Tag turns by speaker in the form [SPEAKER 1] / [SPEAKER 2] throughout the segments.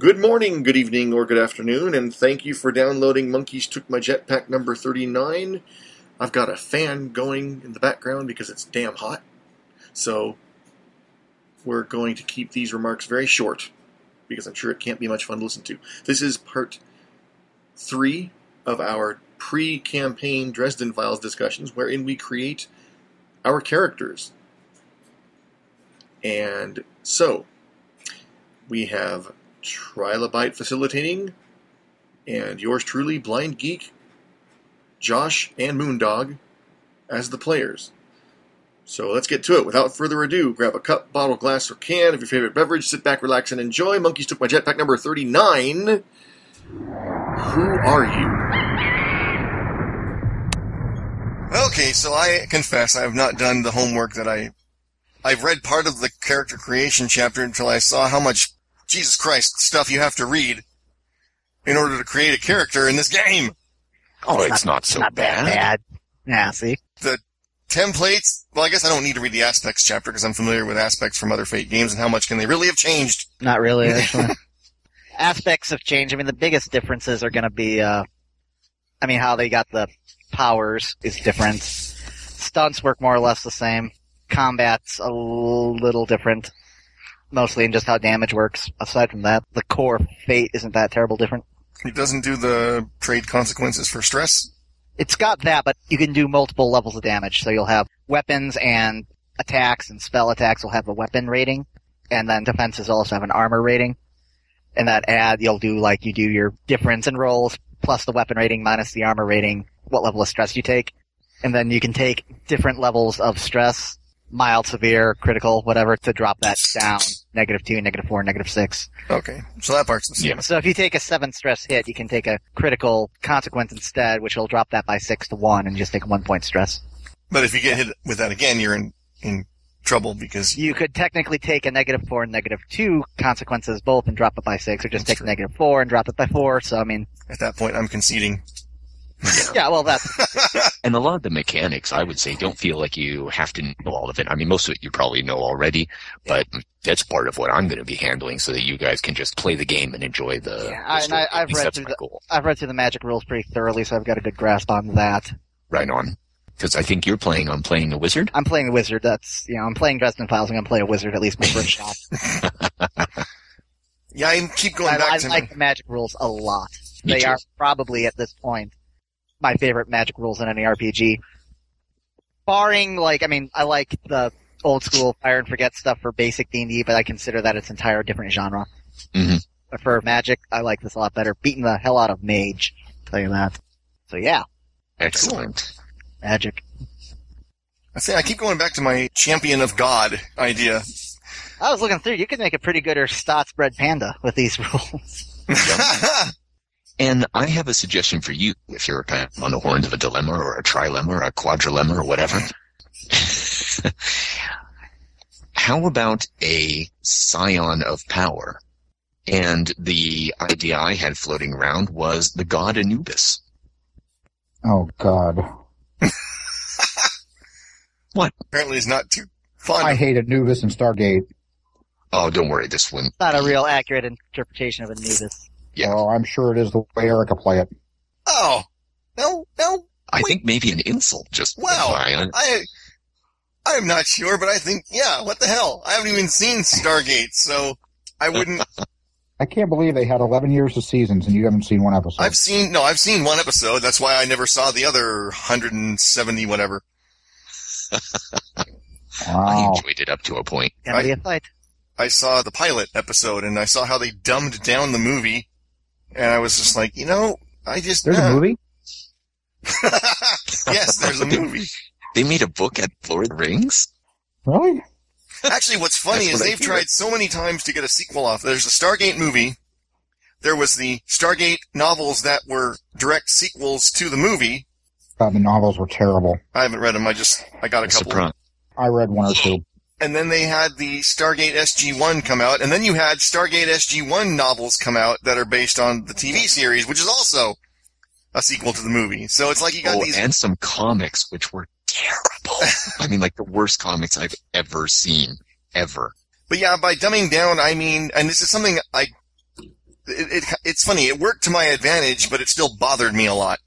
[SPEAKER 1] Good morning, good evening, or good afternoon, and thank you for downloading Monkeys Took My Jetpack number 39. I've got a fan going in the background because it's damn hot, so we're going to keep these remarks very short because I'm sure it can't be much fun to listen to. This is part three of our pre campaign Dresden Files discussions, wherein we create our characters. And so, we have Trilobite facilitating, and yours truly, Blind Geek, Josh, and Moondog as the players. So let's get to it. Without further ado, grab a cup, bottle, glass, or can of your favorite beverage. Sit back, relax, and enjoy. Monkeys took my jetpack number 39. Who are you? Okay, so I confess I have not done the homework that I. I've read part of the character creation chapter until I saw how much Jesus Christ stuff you have to read in order to create a character in this game.
[SPEAKER 2] Oh,
[SPEAKER 3] It's
[SPEAKER 2] it's not so
[SPEAKER 3] not that
[SPEAKER 2] bad.
[SPEAKER 3] bad. Yeah, see?
[SPEAKER 1] templates. Well, I guess I don't need to read the aspects chapter because I'm familiar with aspects from other Fate games and how much can they really have changed.
[SPEAKER 3] Not really, actually. Aspects of change. I mean, the biggest differences are going to be, uh, I mean, how they got the powers is different. Stunts work more or less the same. Combat's a little different. Mostly in just how damage works. Aside from that, the core fate isn't that terrible different.
[SPEAKER 1] It doesn't do the trade consequences for stress.
[SPEAKER 3] It's got that, but you can do multiple levels of damage. So you'll have weapons and attacks and spell attacks will have a weapon rating, and then defenses also have an armor rating. And that add, you'll do like you do your difference in rolls plus the weapon rating minus the armor rating, what level of stress you take. And then you can take different levels of stress, mild, severe, critical, whatever, to drop that down, negative two, negative four, negative six.
[SPEAKER 1] Okay, so that part's the same.
[SPEAKER 2] Yeah.
[SPEAKER 3] So if you take a seven stress hit, you can take a critical consequence instead, which will drop that by six to one and just take one point stress.
[SPEAKER 1] But if you get hit with that again, you're in in trouble because
[SPEAKER 3] You could technically take a negative four and negative two consequences both and drop it by six, or just
[SPEAKER 1] That's
[SPEAKER 3] take
[SPEAKER 1] true.
[SPEAKER 3] negative four and drop it by four. So I mean,
[SPEAKER 1] at that point I'm conceding.
[SPEAKER 3] yeah, well that's
[SPEAKER 2] And a lot of the mechanics, I would say, don't feel like you have to know all of it. I mean, most of it you probably know already, but that's part of what I'm going to be handling so that you guys can just play the game and enjoy the.
[SPEAKER 3] Yeah,
[SPEAKER 2] the
[SPEAKER 3] I- and
[SPEAKER 2] story.
[SPEAKER 3] I-
[SPEAKER 2] At
[SPEAKER 3] I've
[SPEAKER 2] least
[SPEAKER 3] read
[SPEAKER 2] that's
[SPEAKER 3] through
[SPEAKER 2] my
[SPEAKER 3] the-
[SPEAKER 2] goal.
[SPEAKER 3] I've read through the magic rules pretty thoroughly, so I've got a good grasp on that.
[SPEAKER 2] Right on. Because I think you're playing on playing a wizard.
[SPEAKER 3] I'm playing the wizard. That's you know, I'm playing Dresden Files. I'm gonna play a wizard at least my first shot.
[SPEAKER 1] Yeah, I keep going
[SPEAKER 3] I,
[SPEAKER 1] back
[SPEAKER 3] I
[SPEAKER 1] to
[SPEAKER 3] like the magic rules a lot.
[SPEAKER 2] Me
[SPEAKER 3] they
[SPEAKER 2] too.
[SPEAKER 3] are probably at this point my favorite magic rules in any RPG. Barring like, I mean, I like the old school fire and forget stuff for basic D and D, but I consider that its entire different genre.
[SPEAKER 2] Mhm.
[SPEAKER 3] But for magic, I like this a lot better. Beating the hell out of mage, tell you that. So yeah,
[SPEAKER 2] Excellent.
[SPEAKER 3] magic.
[SPEAKER 1] I say I keep going back to my champion of God idea.
[SPEAKER 3] I was looking through. You could make a pretty good Erstat spread panda with these rules.
[SPEAKER 2] And I have a suggestion for you if you're kind of on the horns of a dilemma or a trilemma or a quadrilemma or whatever. How about a scion of power? And the idea I had floating around was the god Anubis.
[SPEAKER 4] Oh God,
[SPEAKER 1] Apparently, it's not too fun.
[SPEAKER 4] I hate Anubis and Stargate.
[SPEAKER 2] Oh, don't worry, this one.
[SPEAKER 3] Not a real accurate interpretation of Anubis.
[SPEAKER 2] Yeah.
[SPEAKER 4] Oh, I'm sure it is the way Erica play it.
[SPEAKER 1] oh no, no,
[SPEAKER 2] I think maybe an insult just
[SPEAKER 1] Wow.
[SPEAKER 2] scion.
[SPEAKER 1] I I'm not sure, but I think yeah. What the hell? I haven't even seen Stargate, so I wouldn't.
[SPEAKER 4] I can't believe they had 11 years of seasons and you haven't seen one episode.
[SPEAKER 1] I've seen no, I've seen one episode. That's why I never saw the other hundred and seventy whatever.
[SPEAKER 2] I
[SPEAKER 1] uh,
[SPEAKER 4] wow.
[SPEAKER 2] enjoyed it up to a point.
[SPEAKER 3] Gonna be a fight.
[SPEAKER 1] I saw the pilot episode and I saw how they dumbed down the movie, and I was just like, you know, I just
[SPEAKER 4] There's
[SPEAKER 1] uh.
[SPEAKER 4] a movie.
[SPEAKER 1] yes, there's a movie.
[SPEAKER 2] They made a book at Lord of the Rings?
[SPEAKER 4] Really?
[SPEAKER 1] Actually, what's funny
[SPEAKER 2] That's
[SPEAKER 1] is
[SPEAKER 2] what I
[SPEAKER 1] they've
[SPEAKER 2] hear.
[SPEAKER 1] tried so many times to get a sequel off. There's the Stargate movie. There was the Stargate novels that were direct sequels to the movie.
[SPEAKER 4] God, the novels were terrible.
[SPEAKER 1] I haven't read them. I just I got a couple.
[SPEAKER 2] Surprise.
[SPEAKER 4] I read one or two.
[SPEAKER 1] And then they had the Stargate SG-1 come out, and then you had Stargate SG-1 novels come out that are based on the TV series, which is also a sequel to the movie. So it's like you got
[SPEAKER 2] Oh,
[SPEAKER 1] these.
[SPEAKER 2] and some comics which were terrible. I mean, like the worst comics I've ever seen, ever.
[SPEAKER 1] But yeah, by dumbing down, I mean, and this is something I
[SPEAKER 5] it, it, it's funny. It worked to my advantage, but it still bothered me a lot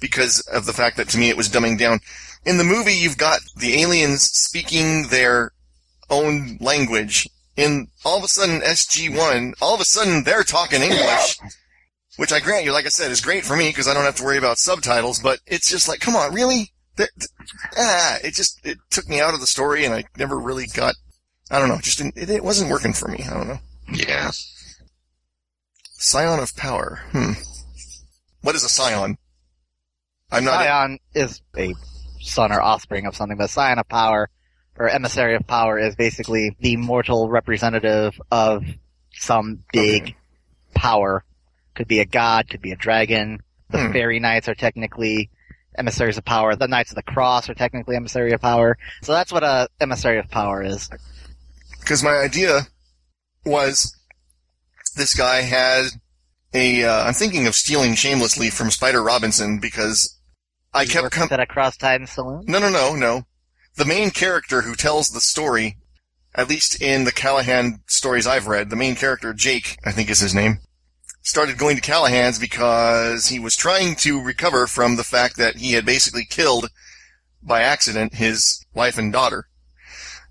[SPEAKER 5] because of the fact that to me it was dumbing down. In the movie, you've got the aliens speaking their own language. In all of a sudden, SG1, all of a sudden they're talking English, which I grant you, like I said, is great for me because I don't have to worry about subtitles. But it's just like, come on, really? That- th- ah, it just it took me out of the story, and I never really got. I don't know. Just didn't, it, it wasn't working for me. I don't know.
[SPEAKER 2] Yeah.
[SPEAKER 5] Scion of power. Hmm. What is a scion? I'm not.
[SPEAKER 3] Scion is a son or offspring of something, but Scion of Power, or Emissary of Power, is basically the mortal representative of some big power. Could be a god, could be a dragon. The
[SPEAKER 5] Hmm.
[SPEAKER 3] fairy knights are technically emissaries of power. The knights of the cross are technically emissary of power. So that's what a emissary of power is.
[SPEAKER 5] because my idea was this guy had a. Uh, I'm thinking of stealing shamelessly from Spider Robinson because I kept com-
[SPEAKER 3] That a cross time saloon.
[SPEAKER 5] no no no no. The main character who tells the story, at least in the Callahan stories I've read, the main character Jake, I think is his name, started going to Callahan's because he was trying to recover from the fact that he had basically killed by accident his wife and daughter.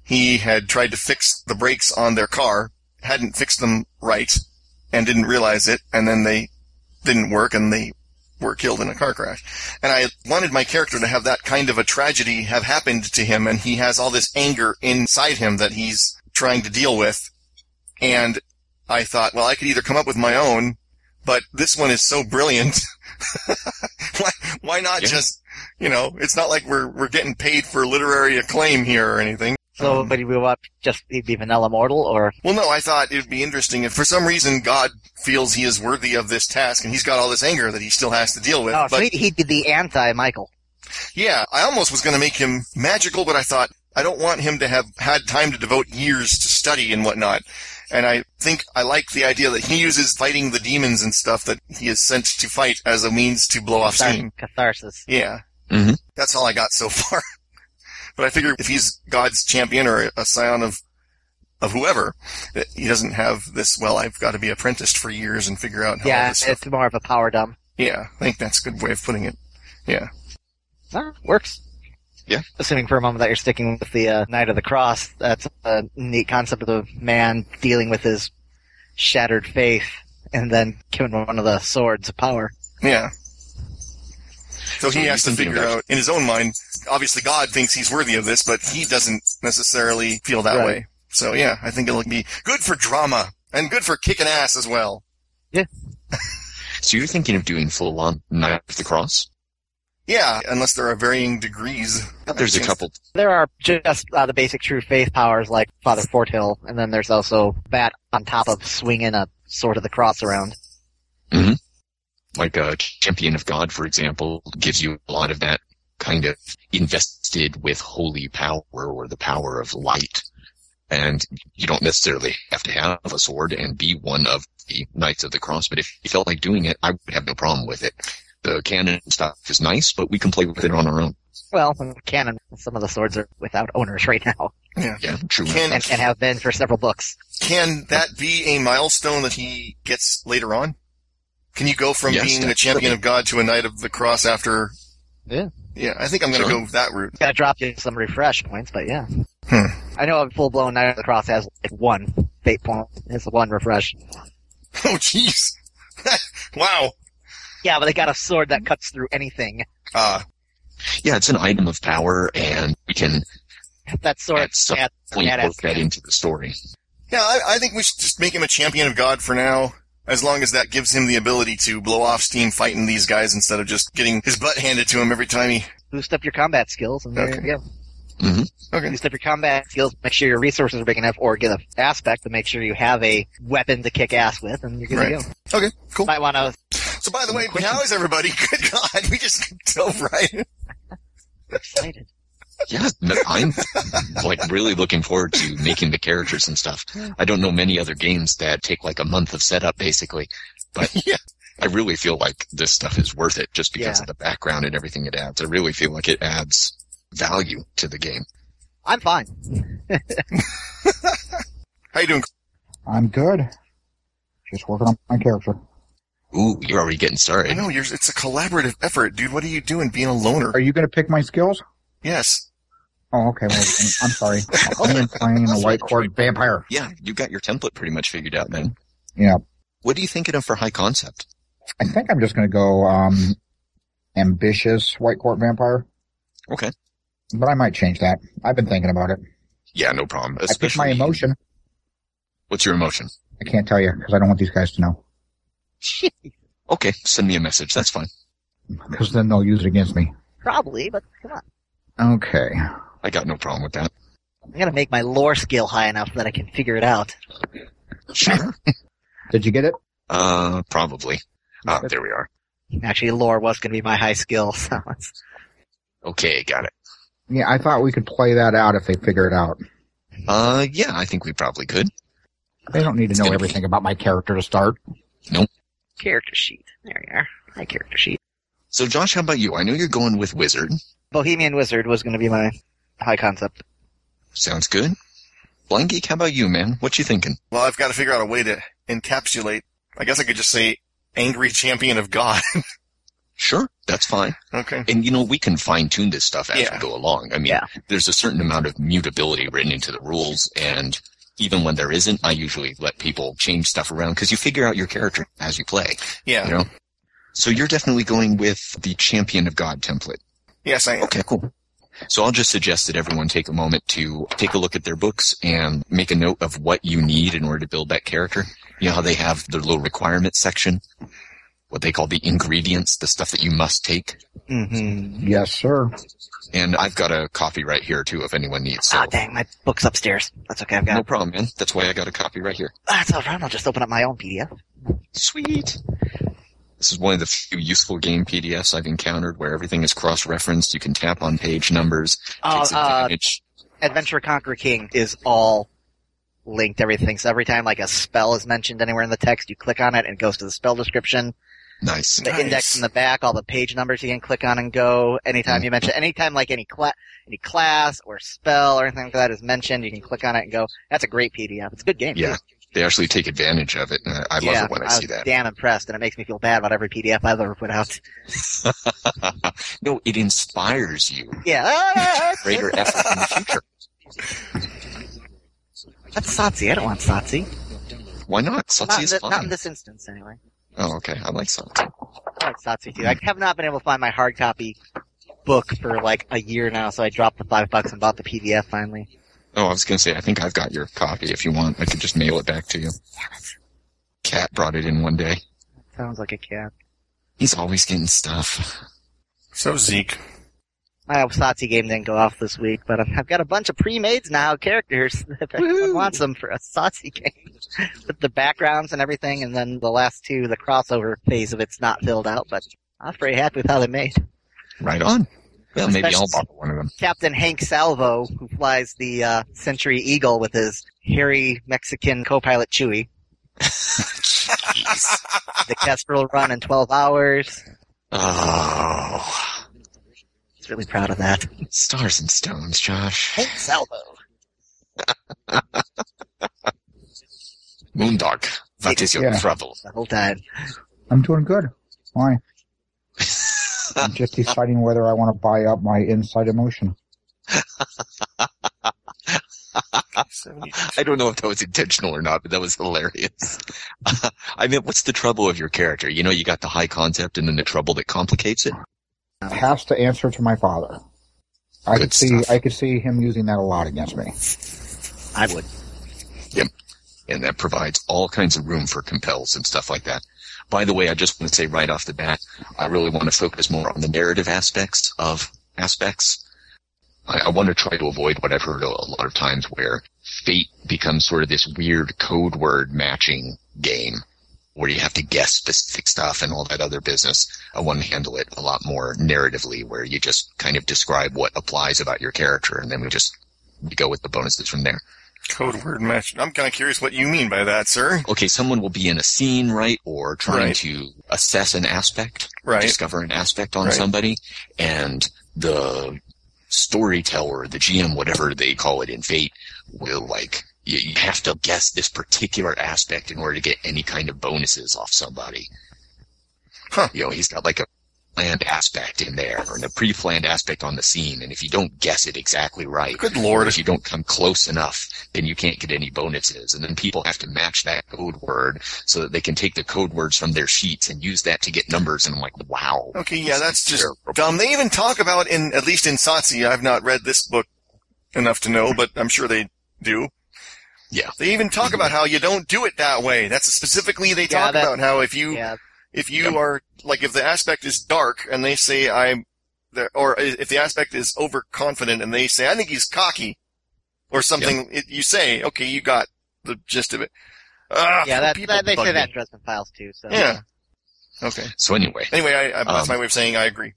[SPEAKER 5] He had tried to fix the brakes on their car, hadn't fixed them right, and didn't realize it, and then they didn't work and they were killed in a car crash. And I wanted my character to have that kind of a tragedy have happened to him, and he has all this anger inside him that he's trying to deal with. And I thought, well, I could either come up with my own, but this one is so brilliant. why, why not
[SPEAKER 2] Yeah.
[SPEAKER 5] just, you know, it's not like we're, we're getting paid for literary acclaim here or anything.
[SPEAKER 3] So,
[SPEAKER 5] Um,
[SPEAKER 3] but he would just he'd be vanilla mortal, or
[SPEAKER 5] well, no, I thought it'd be interesting if for some reason God feels he is worthy of this task and he's got all this anger that he still has to deal with.
[SPEAKER 3] oh, so
[SPEAKER 5] but
[SPEAKER 3] he, he'd be the anti Michael.
[SPEAKER 5] yeah, I almost was going to make him magical, but I thought I don't want him to have had time to devote years to study and whatnot. And I think I like the idea that he uses fighting the demons and stuff that he is sent to fight as a means to blow off steam.
[SPEAKER 3] Catharsis.
[SPEAKER 5] Yeah.
[SPEAKER 3] Mm-hmm.
[SPEAKER 2] Mhm.
[SPEAKER 5] That's all I got so far. but I figure if he's God's champion or a scion of, of whoever, that he doesn't have this, well, I've got to be apprenticed for years and figure out how all
[SPEAKER 3] Yeah,
[SPEAKER 5] this stuff.
[SPEAKER 3] it's more of a power dumb.
[SPEAKER 5] Yeah. I think that's a good way of putting it.
[SPEAKER 3] Alright, works.
[SPEAKER 2] Yeah.
[SPEAKER 3] Assuming for a moment that you're sticking with the uh, Knight of the Cross, that's a neat concept of the man dealing with his shattered faith and then given one of the swords of power.
[SPEAKER 5] Yeah. So
[SPEAKER 2] So
[SPEAKER 5] he
[SPEAKER 2] you
[SPEAKER 5] has to
[SPEAKER 2] can do
[SPEAKER 5] figure
[SPEAKER 2] that.
[SPEAKER 5] out in his own mind. Obviously, God thinks he's worthy of this, but he doesn't necessarily feel that
[SPEAKER 3] Right.
[SPEAKER 5] way. So yeah, I think it'll be good for drama and good for kicking ass as well.
[SPEAKER 2] So you're thinking of doing full on Knight of the Cross?
[SPEAKER 5] Yeah, unless there are varying degrees.
[SPEAKER 2] There's a couple.
[SPEAKER 3] There are just uh, the basic true faith powers like Father Fortill, and then there's also that on top of swinging a sword of the cross around.
[SPEAKER 2] like a champion of God, for example, gives you a lot of that kind of invested with holy power or the power of light. And you don't necessarily have to have a sword and be one of the Knights of the Cross, but if you felt like doing it, I would have no problem with it. The canon stuff is nice, but we can play with it on our own.
[SPEAKER 3] Well, canon, some of the swords are without owners right now,
[SPEAKER 2] Yeah, true.
[SPEAKER 5] Can
[SPEAKER 3] and, and have been for several books.
[SPEAKER 5] Can that be a milestone that he gets later on? Can you go from
[SPEAKER 2] Yes,
[SPEAKER 5] being a
[SPEAKER 2] definitely.
[SPEAKER 5] champion of God to a knight of the cross after?
[SPEAKER 3] Yeah.
[SPEAKER 5] Yeah, I think I'm going to
[SPEAKER 2] Sure.
[SPEAKER 5] go that route.
[SPEAKER 3] Gotta drop you some refresh points, but yeah.
[SPEAKER 5] Hmm.
[SPEAKER 3] I know a full blown Knight of the Cross has like one fate point, has one refresh.
[SPEAKER 5] Oh, jeez. wow.
[SPEAKER 3] Yeah, but they got a sword that cuts through anything.
[SPEAKER 5] Uh,
[SPEAKER 2] Yeah, it's an item of power, and we can
[SPEAKER 3] That sword
[SPEAKER 2] At some
[SPEAKER 3] yeah,
[SPEAKER 2] point
[SPEAKER 3] badass.
[SPEAKER 2] work that into the story.
[SPEAKER 5] yeah, I, I think we should just make him a champion of God for now, as long as that gives him the ability to blow off steam fighting these guys instead of just getting his butt handed to him every time he.
[SPEAKER 3] Boost up your combat skills, and there
[SPEAKER 5] Okay.
[SPEAKER 3] you go.
[SPEAKER 5] Okay.
[SPEAKER 3] Boost up your combat skills, make sure your resources are big enough, or get an aspect to make sure you have a weapon to kick ass with, and you're good
[SPEAKER 5] Right.
[SPEAKER 3] to go.
[SPEAKER 5] Okay, cool.
[SPEAKER 3] Might want to
[SPEAKER 5] So, by the way, how is everybody? Good God, we just dove right in.
[SPEAKER 3] excited.
[SPEAKER 2] Yeah, no, I'm like really looking forward to making the characters and stuff. I don't know many other games that take like a month of setup basically, but
[SPEAKER 5] Yeah.
[SPEAKER 2] I really feel like this stuff is worth it just because
[SPEAKER 3] Yeah.
[SPEAKER 2] of the background and everything it adds. I really feel like it adds value to the game.
[SPEAKER 3] I'm fine.
[SPEAKER 5] How you doing?
[SPEAKER 4] I'm good. Just working on my character.
[SPEAKER 2] Ooh, you're already getting
[SPEAKER 5] I
[SPEAKER 2] started.
[SPEAKER 5] know you're. It's a collaborative effort, dude. What are you doing, being a loner?
[SPEAKER 4] Are you going to pick my skills?
[SPEAKER 5] Yes.
[SPEAKER 4] Oh, okay. Well, I'm I'm sorry. I'm playing a white court vampire.
[SPEAKER 2] Yeah, you got your template pretty much figured out then.
[SPEAKER 4] Yeah.
[SPEAKER 2] What are you thinking of for high concept?
[SPEAKER 4] I think I'm just going to go um, ambitious white court vampire.
[SPEAKER 2] Okay.
[SPEAKER 4] But I might change that. I've been thinking about it.
[SPEAKER 2] Yeah, no problem.
[SPEAKER 4] I picked my
[SPEAKER 2] Especially-
[SPEAKER 4] emotion.
[SPEAKER 2] What's your emotion?
[SPEAKER 4] I can't tell you because I don't want these guys to know
[SPEAKER 2] Okay, send me a message. That's fine.
[SPEAKER 4] because then they'll use it against me.
[SPEAKER 3] Probably, but come on.
[SPEAKER 4] Okay.
[SPEAKER 2] I got no problem with that.
[SPEAKER 3] I gotta make my lore skill high enough that I can figure it out.
[SPEAKER 2] Sure.
[SPEAKER 4] Did you get it?
[SPEAKER 2] Uh, probably. Ah, there we are.
[SPEAKER 3] Actually, lore was gonna be my high skill, so it's,
[SPEAKER 2] Okay, got it.
[SPEAKER 4] Yeah, I thought we could play that out if they figure it out.
[SPEAKER 2] Uh, yeah, I think we probably could.
[SPEAKER 4] They don't need
[SPEAKER 2] It's
[SPEAKER 4] to know
[SPEAKER 2] gonna be-
[SPEAKER 4] everything about my character to start.
[SPEAKER 3] character sheet. There you are. My character sheet.
[SPEAKER 2] So, Josh, how about you? I know you're going with wizard.
[SPEAKER 3] Bohemian Wizard was gonna be my high concept.
[SPEAKER 2] Sounds good. Blind Geek, how about you, man? What you thinking?
[SPEAKER 5] Well, I've got to figure out a way to encapsulate. I guess I could just say angry champion of God.
[SPEAKER 2] Sure, that's fine.
[SPEAKER 5] okay.
[SPEAKER 2] And you know, we can fine tune this stuff as
[SPEAKER 5] Yeah.
[SPEAKER 2] we go along. I mean,
[SPEAKER 3] Yeah.
[SPEAKER 2] there's a certain amount of mutability written into the rules, and even when there isn't, I usually let people change stuff around because you figure out your character as you play.
[SPEAKER 5] Yeah.
[SPEAKER 2] You know. So you're definitely going with the Champion of God template.
[SPEAKER 5] Yes, I am.
[SPEAKER 2] Okay, cool. So I'll just suggest that everyone take a moment to take a look at their books and make a note of what you need in order to build that character. You know how they have their little requirements section, what they call the ingredients, the stuff that you must take.
[SPEAKER 3] Mm-hmm.
[SPEAKER 4] Yes, sir.
[SPEAKER 2] And I've got a copy right here too, if anyone needs. So
[SPEAKER 3] Oh, dang, my book's upstairs. That's okay, I've got
[SPEAKER 2] no problem, man. That's why I got a copy right here.
[SPEAKER 3] That's all right, I'll just open up my own PDF.
[SPEAKER 2] Sweet. This is one of the few useful game PDFs I've encountered where everything is cross-referenced. You can tap on page numbers.
[SPEAKER 3] Oh,
[SPEAKER 2] takes
[SPEAKER 3] uh,
[SPEAKER 2] advantage.
[SPEAKER 3] Adventure Conquer King is all linked everything. So every time like a spell is mentioned anywhere in the text, you click on it and it goes to the spell description.
[SPEAKER 2] Nice. Mm.
[SPEAKER 3] The
[SPEAKER 5] Nice.
[SPEAKER 3] index in the back, all the page numbers you can click on and go. Anytime you mention, anytime like any class, any class or spell or anything like that is mentioned, you can click on it and go. That's a great PDF. It's a good game.
[SPEAKER 2] Yeah, they actually take advantage of it. And I- I
[SPEAKER 3] too.
[SPEAKER 2] love
[SPEAKER 3] yeah,
[SPEAKER 2] it when I,
[SPEAKER 3] I
[SPEAKER 2] see
[SPEAKER 3] was
[SPEAKER 2] that.
[SPEAKER 3] Damn impressed, and it makes me feel bad about every PDF I've ever put out.
[SPEAKER 2] no, it inspires you.
[SPEAKER 3] Yeah, ah,
[SPEAKER 2] Greater effort in the future.
[SPEAKER 3] that's Satsi. I don't want Satsi.
[SPEAKER 2] Why not?
[SPEAKER 3] Not,
[SPEAKER 2] Satsi
[SPEAKER 3] in
[SPEAKER 2] is
[SPEAKER 3] thi-
[SPEAKER 2] fine.
[SPEAKER 3] not in this instance, anyway.
[SPEAKER 2] Oh, okay. I like Satsi.
[SPEAKER 3] I like Satsu too. I have not been able to find my hard copy book for like a year now, so I dropped the five bucks and bought the PDF finally.
[SPEAKER 2] Oh, I was going to say, I think I've got your copy. If you want, I could just mail it back to you. Cat brought it in one day.
[SPEAKER 3] Sounds like a cat.
[SPEAKER 2] He's always getting stuff.
[SPEAKER 5] So Zeke.
[SPEAKER 3] My Satsu game didn't go off this week, but I've got a bunch of pre-mades now, characters, if anyone wants them for a Satsu game. With the backgrounds and everything, and then the last two, the crossover phase of it's not filled out, but I was pretty happy with how they made.
[SPEAKER 2] Right on. Well, maybe I'll
[SPEAKER 3] Especially-
[SPEAKER 2] borrow one of them.
[SPEAKER 3] Captain Hank Salvo, who flies the uh, Century Eagle with his hairy Mexican co-pilot Chewie. the Kestrel run in 12 hours.
[SPEAKER 2] Oh,
[SPEAKER 3] He's really proud of that.
[SPEAKER 2] stars and stones, Josh.
[SPEAKER 3] Hank Salvo.
[SPEAKER 2] Moondog, what is your
[SPEAKER 4] Yeah.
[SPEAKER 2] trouble?
[SPEAKER 3] The whole time.
[SPEAKER 4] I'm doing good. Why? I'm just deciding whether I want to buy up my inside emotion.
[SPEAKER 5] Ah,
[SPEAKER 2] I don't know if that was intentional or not, but that was hilarious. I mean, what's the trouble of your character? You know, you got the high concept and then the trouble that complicates it.
[SPEAKER 4] Has to answer to my father. I
[SPEAKER 2] Good
[SPEAKER 4] could see
[SPEAKER 2] stuff.
[SPEAKER 4] I could see him using that a lot against me.
[SPEAKER 3] I would.
[SPEAKER 2] And that provides all kinds of room for compels and stuff like that. By the way, I just want to say right off the bat, I really want to focus more on the narrative aspects of aspects. I, I want to try to avoid what I've heard a, a lot of times where fate becomes sort of this weird code word matching game where you have to guess specific stuff and all that other business. I want to handle it a lot more narratively where you just kind of describe what applies about your character and then we just we go with the bonuses from there.
[SPEAKER 5] Code word match. I'm kind of curious what you mean by that, sir.
[SPEAKER 2] okay, someone will be in a scene, right, or trying
[SPEAKER 5] Right.
[SPEAKER 2] to assess an aspect,
[SPEAKER 5] Right.
[SPEAKER 2] discover an aspect on
[SPEAKER 5] Right.
[SPEAKER 2] somebody, and the storyteller, the GM, whatever they call it in Fate, will like you, you have to guess this particular aspect in order to get any kind of bonuses off somebody.
[SPEAKER 5] Huh.
[SPEAKER 2] You know, he's got like a planned aspect in there and a pre-planned aspect on the scene. And if you don't guess it exactly right,
[SPEAKER 5] Good
[SPEAKER 2] or
[SPEAKER 5] lord.
[SPEAKER 2] if you don't come close enough, then you can't get any bonuses. And then people have to match that code word so that they can take the code words from their sheets and use that to get numbers. And I'm like, wow.
[SPEAKER 5] Okay, yeah, that's just
[SPEAKER 2] terrible.
[SPEAKER 5] dumb. They even talk about in at least in Satsi. I've not read this book enough to know, but I'm sure they do.
[SPEAKER 2] Yeah. Mm-hmm.
[SPEAKER 5] They even talk about how you don't do it that way. That's specifically they
[SPEAKER 6] Yeah,
[SPEAKER 5] talk
[SPEAKER 6] that-
[SPEAKER 5] about how if you
[SPEAKER 6] Yeah,
[SPEAKER 5] if you
[SPEAKER 2] Yep.
[SPEAKER 5] are like if the aspect is dark and they say I'm there, or if the aspect is overconfident and they say I think he's cocky or something, it, you say okay, you got the gist of it. Ah,
[SPEAKER 6] yeah. That,
[SPEAKER 5] people
[SPEAKER 6] that- they
[SPEAKER 5] bug
[SPEAKER 6] say
[SPEAKER 5] me.
[SPEAKER 6] that in Dresden Files too. So
[SPEAKER 5] Yeah. Okay.
[SPEAKER 2] So anyway,
[SPEAKER 5] Anyway, I, I, that's
[SPEAKER 2] Um,
[SPEAKER 5] my way of saying I agree.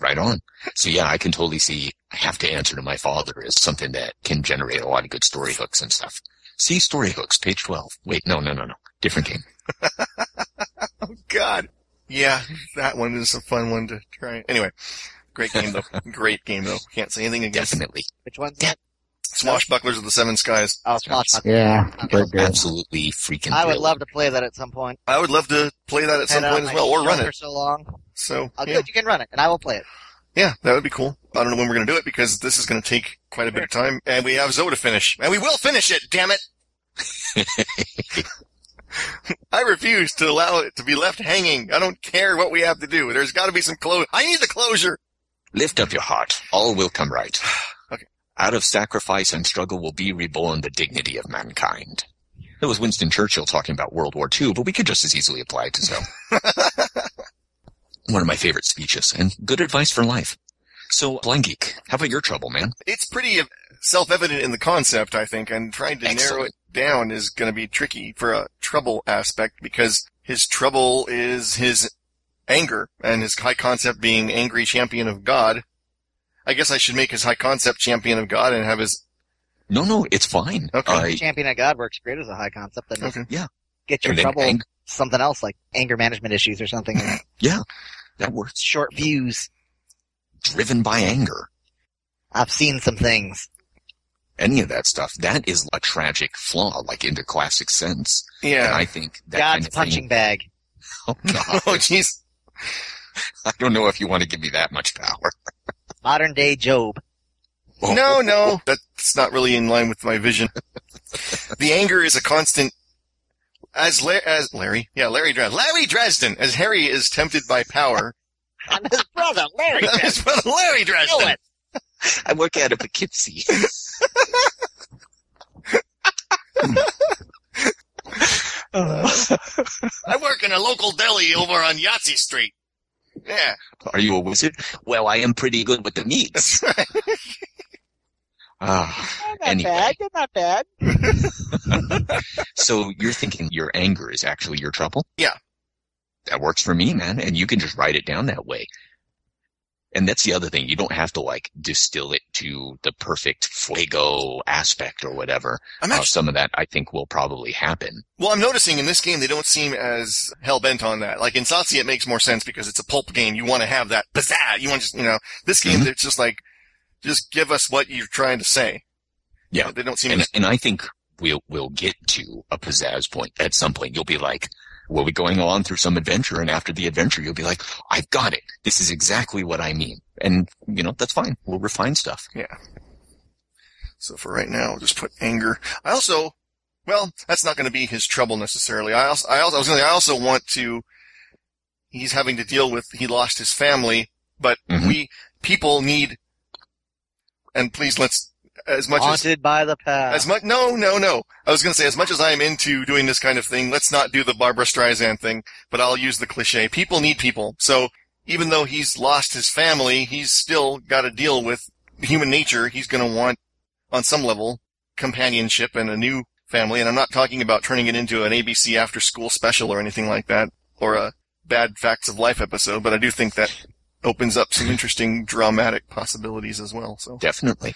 [SPEAKER 2] right on. So yeah, I can totally see I have to answer to my father is something that can generate a lot of good story hooks and stuff. See story hooks, page 12. Wait, no, no, no, no. Different game.
[SPEAKER 5] God. Yeah, that one is a fun one to try. Anyway, great game though. great game though. Can't say anything against it.
[SPEAKER 2] Definitely.
[SPEAKER 6] Which one's
[SPEAKER 2] Yeah.
[SPEAKER 5] Swashbucklers of the Seven Skies.
[SPEAKER 6] Oh, Smashbuck.
[SPEAKER 4] Yeah, great game.
[SPEAKER 2] Absolutely freaking
[SPEAKER 6] I would
[SPEAKER 2] thrill.
[SPEAKER 6] love to play that at some point. uh,
[SPEAKER 5] I would love to play that at some
[SPEAKER 6] Had it on
[SPEAKER 5] point as
[SPEAKER 6] my
[SPEAKER 5] well, or
[SPEAKER 6] shelf
[SPEAKER 5] run
[SPEAKER 6] For
[SPEAKER 5] it.
[SPEAKER 6] so long.
[SPEAKER 5] So
[SPEAKER 6] Oh,
[SPEAKER 5] yeah,
[SPEAKER 6] good. You can run it, and I will play it.
[SPEAKER 5] yeah, that would be cool. I don't know when we're gonna do it because this is gonna take quite a bit of time, and we have Zoe to finish, and we will finish it. Damn it! I refuse to allow it to be left hanging. I don't care what we have to do. There's got to be some close. I need the closure.
[SPEAKER 2] Lift up your heart. All will come right.
[SPEAKER 5] Okay.
[SPEAKER 2] Out of sacrifice and struggle will be reborn the dignity of mankind. That was Winston Churchill talking about World War II, but we could just as easily apply it to Zoe. One of my favorite speeches and good advice for life. So, Blind Geek, how about your trouble, man?
[SPEAKER 5] it's pretty self-evident in the concept, I think, and trying to narrow
[SPEAKER 2] Excellent.
[SPEAKER 5] it down is going to be tricky for a trouble aspect because his trouble is his anger and his high concept being angry champion of God. I guess I should make his high concept champion of God and have his
[SPEAKER 2] No, no, it's fine.
[SPEAKER 5] Okay.
[SPEAKER 2] Uh,
[SPEAKER 6] Champion of God works great as a high concept. Then
[SPEAKER 5] Okay.
[SPEAKER 2] Yeah.
[SPEAKER 6] Get your
[SPEAKER 2] And then
[SPEAKER 6] trouble
[SPEAKER 2] ang-
[SPEAKER 6] something else like anger management issues or something.
[SPEAKER 2] that works.
[SPEAKER 6] Short views.
[SPEAKER 2] Driven by anger.
[SPEAKER 6] I've seen some things.
[SPEAKER 2] Any of that stuff. That is a tragic flaw, like in the classic sense. And
[SPEAKER 5] yeah.
[SPEAKER 2] I think that kind
[SPEAKER 6] God's
[SPEAKER 2] of
[SPEAKER 6] punching bag.
[SPEAKER 2] Thing, oh, God.
[SPEAKER 5] Oh jeez,
[SPEAKER 2] I don't know if you want to give me that much power.
[SPEAKER 6] Modern day Job.
[SPEAKER 5] no, no, Oh, that's not really in line with my vision. the anger is a constant. As La- as Larry, yeah, Larry Dresden, Larry Dresden, as Harry is tempted by power,
[SPEAKER 6] I'm his brother, Larry.
[SPEAKER 5] That's from Larry
[SPEAKER 6] Know
[SPEAKER 5] Dresden.
[SPEAKER 6] it.
[SPEAKER 2] I work out of Poughkeepsie.
[SPEAKER 5] I work in a local deli over on Yahtzee Street. Yeah.
[SPEAKER 2] Are you a wizard? Well, I am pretty good with the meats. Ah,
[SPEAKER 6] They're
[SPEAKER 2] Anyway. bad,
[SPEAKER 6] They're not bad.
[SPEAKER 2] so you're thinking your anger is actually your trouble?
[SPEAKER 5] Yeah.
[SPEAKER 2] That works for me, man. And you can just write it down that way. And that's the other thing. You don't have to like distill it to the perfect fuego aspect or whatever.
[SPEAKER 5] I'm
[SPEAKER 2] Uh,
[SPEAKER 5] actually,
[SPEAKER 2] some of that I think will probably happen.
[SPEAKER 5] well, I'm noticing in this game they don't seem as hell bent on that. Like in Satsi, it makes more sense because it's a pulp game. You want to have that pizzazz. You want to, just, you know, this game,
[SPEAKER 6] Mm-hmm.
[SPEAKER 2] Mhm.
[SPEAKER 5] they're just like, just give us what you're trying to say.
[SPEAKER 2] Yeah.
[SPEAKER 5] They don't seem
[SPEAKER 2] And,
[SPEAKER 5] as,
[SPEAKER 2] and I think we'll we'll get to a pizzazz point at some point. You'll be like, we'll be going on through some adventure, and after the adventure, you'll be like, I've got it. This is exactly what I mean. And you know, that's fine. We'll refine stuff.
[SPEAKER 5] so for right now, I'll just put anger. I also, well, that's not going to be his trouble necessarily. I also, I also, I was going to, I also want to, he's having to deal with, he lost his family
[SPEAKER 2] Mhm.
[SPEAKER 5] we people need and please let's as much as
[SPEAKER 6] Haunted by the
[SPEAKER 5] as
[SPEAKER 6] past.
[SPEAKER 5] much no no no i was going to say as much as i'm into doing this kind of thing let's not do the barbara streisand thing but i'll use the cliche people need people so even though he's lost his family he's still got to deal with human nature he's going to want on some level companionship and a new family and i'm not talking about turning it into an abc after school special or anything like that or a bad facts of life episode but i do think that opens up some interesting dramatic possibilities as well so
[SPEAKER 2] Definitely.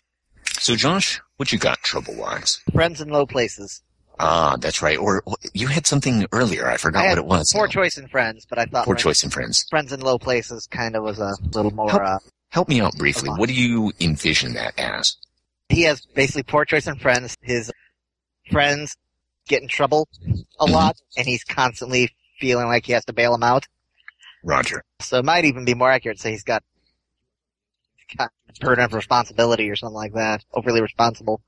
[SPEAKER 2] So, Josh, what you got trouble wise?
[SPEAKER 6] Friends in low places.
[SPEAKER 2] Ah, that's right. Or or- you had something earlier. I forgot
[SPEAKER 6] I had
[SPEAKER 2] what it was.
[SPEAKER 6] Poor
[SPEAKER 5] Oh.
[SPEAKER 2] now.
[SPEAKER 6] choice in friends, but I thought
[SPEAKER 2] Poor
[SPEAKER 6] friends,
[SPEAKER 2] choice in friends.
[SPEAKER 6] friends in low places kind of was a little more. Uh,
[SPEAKER 2] Help me out briefly.
[SPEAKER 6] Come on.
[SPEAKER 2] What do you envision that as?
[SPEAKER 6] he has basically poor choice in friends. His
[SPEAKER 3] friends get in trouble a lot, and he's constantly feeling like he has to bail them out.
[SPEAKER 2] Roger.
[SPEAKER 3] So it might even be more accurate to say he's got, got burden of responsibility or something like that, overly responsible.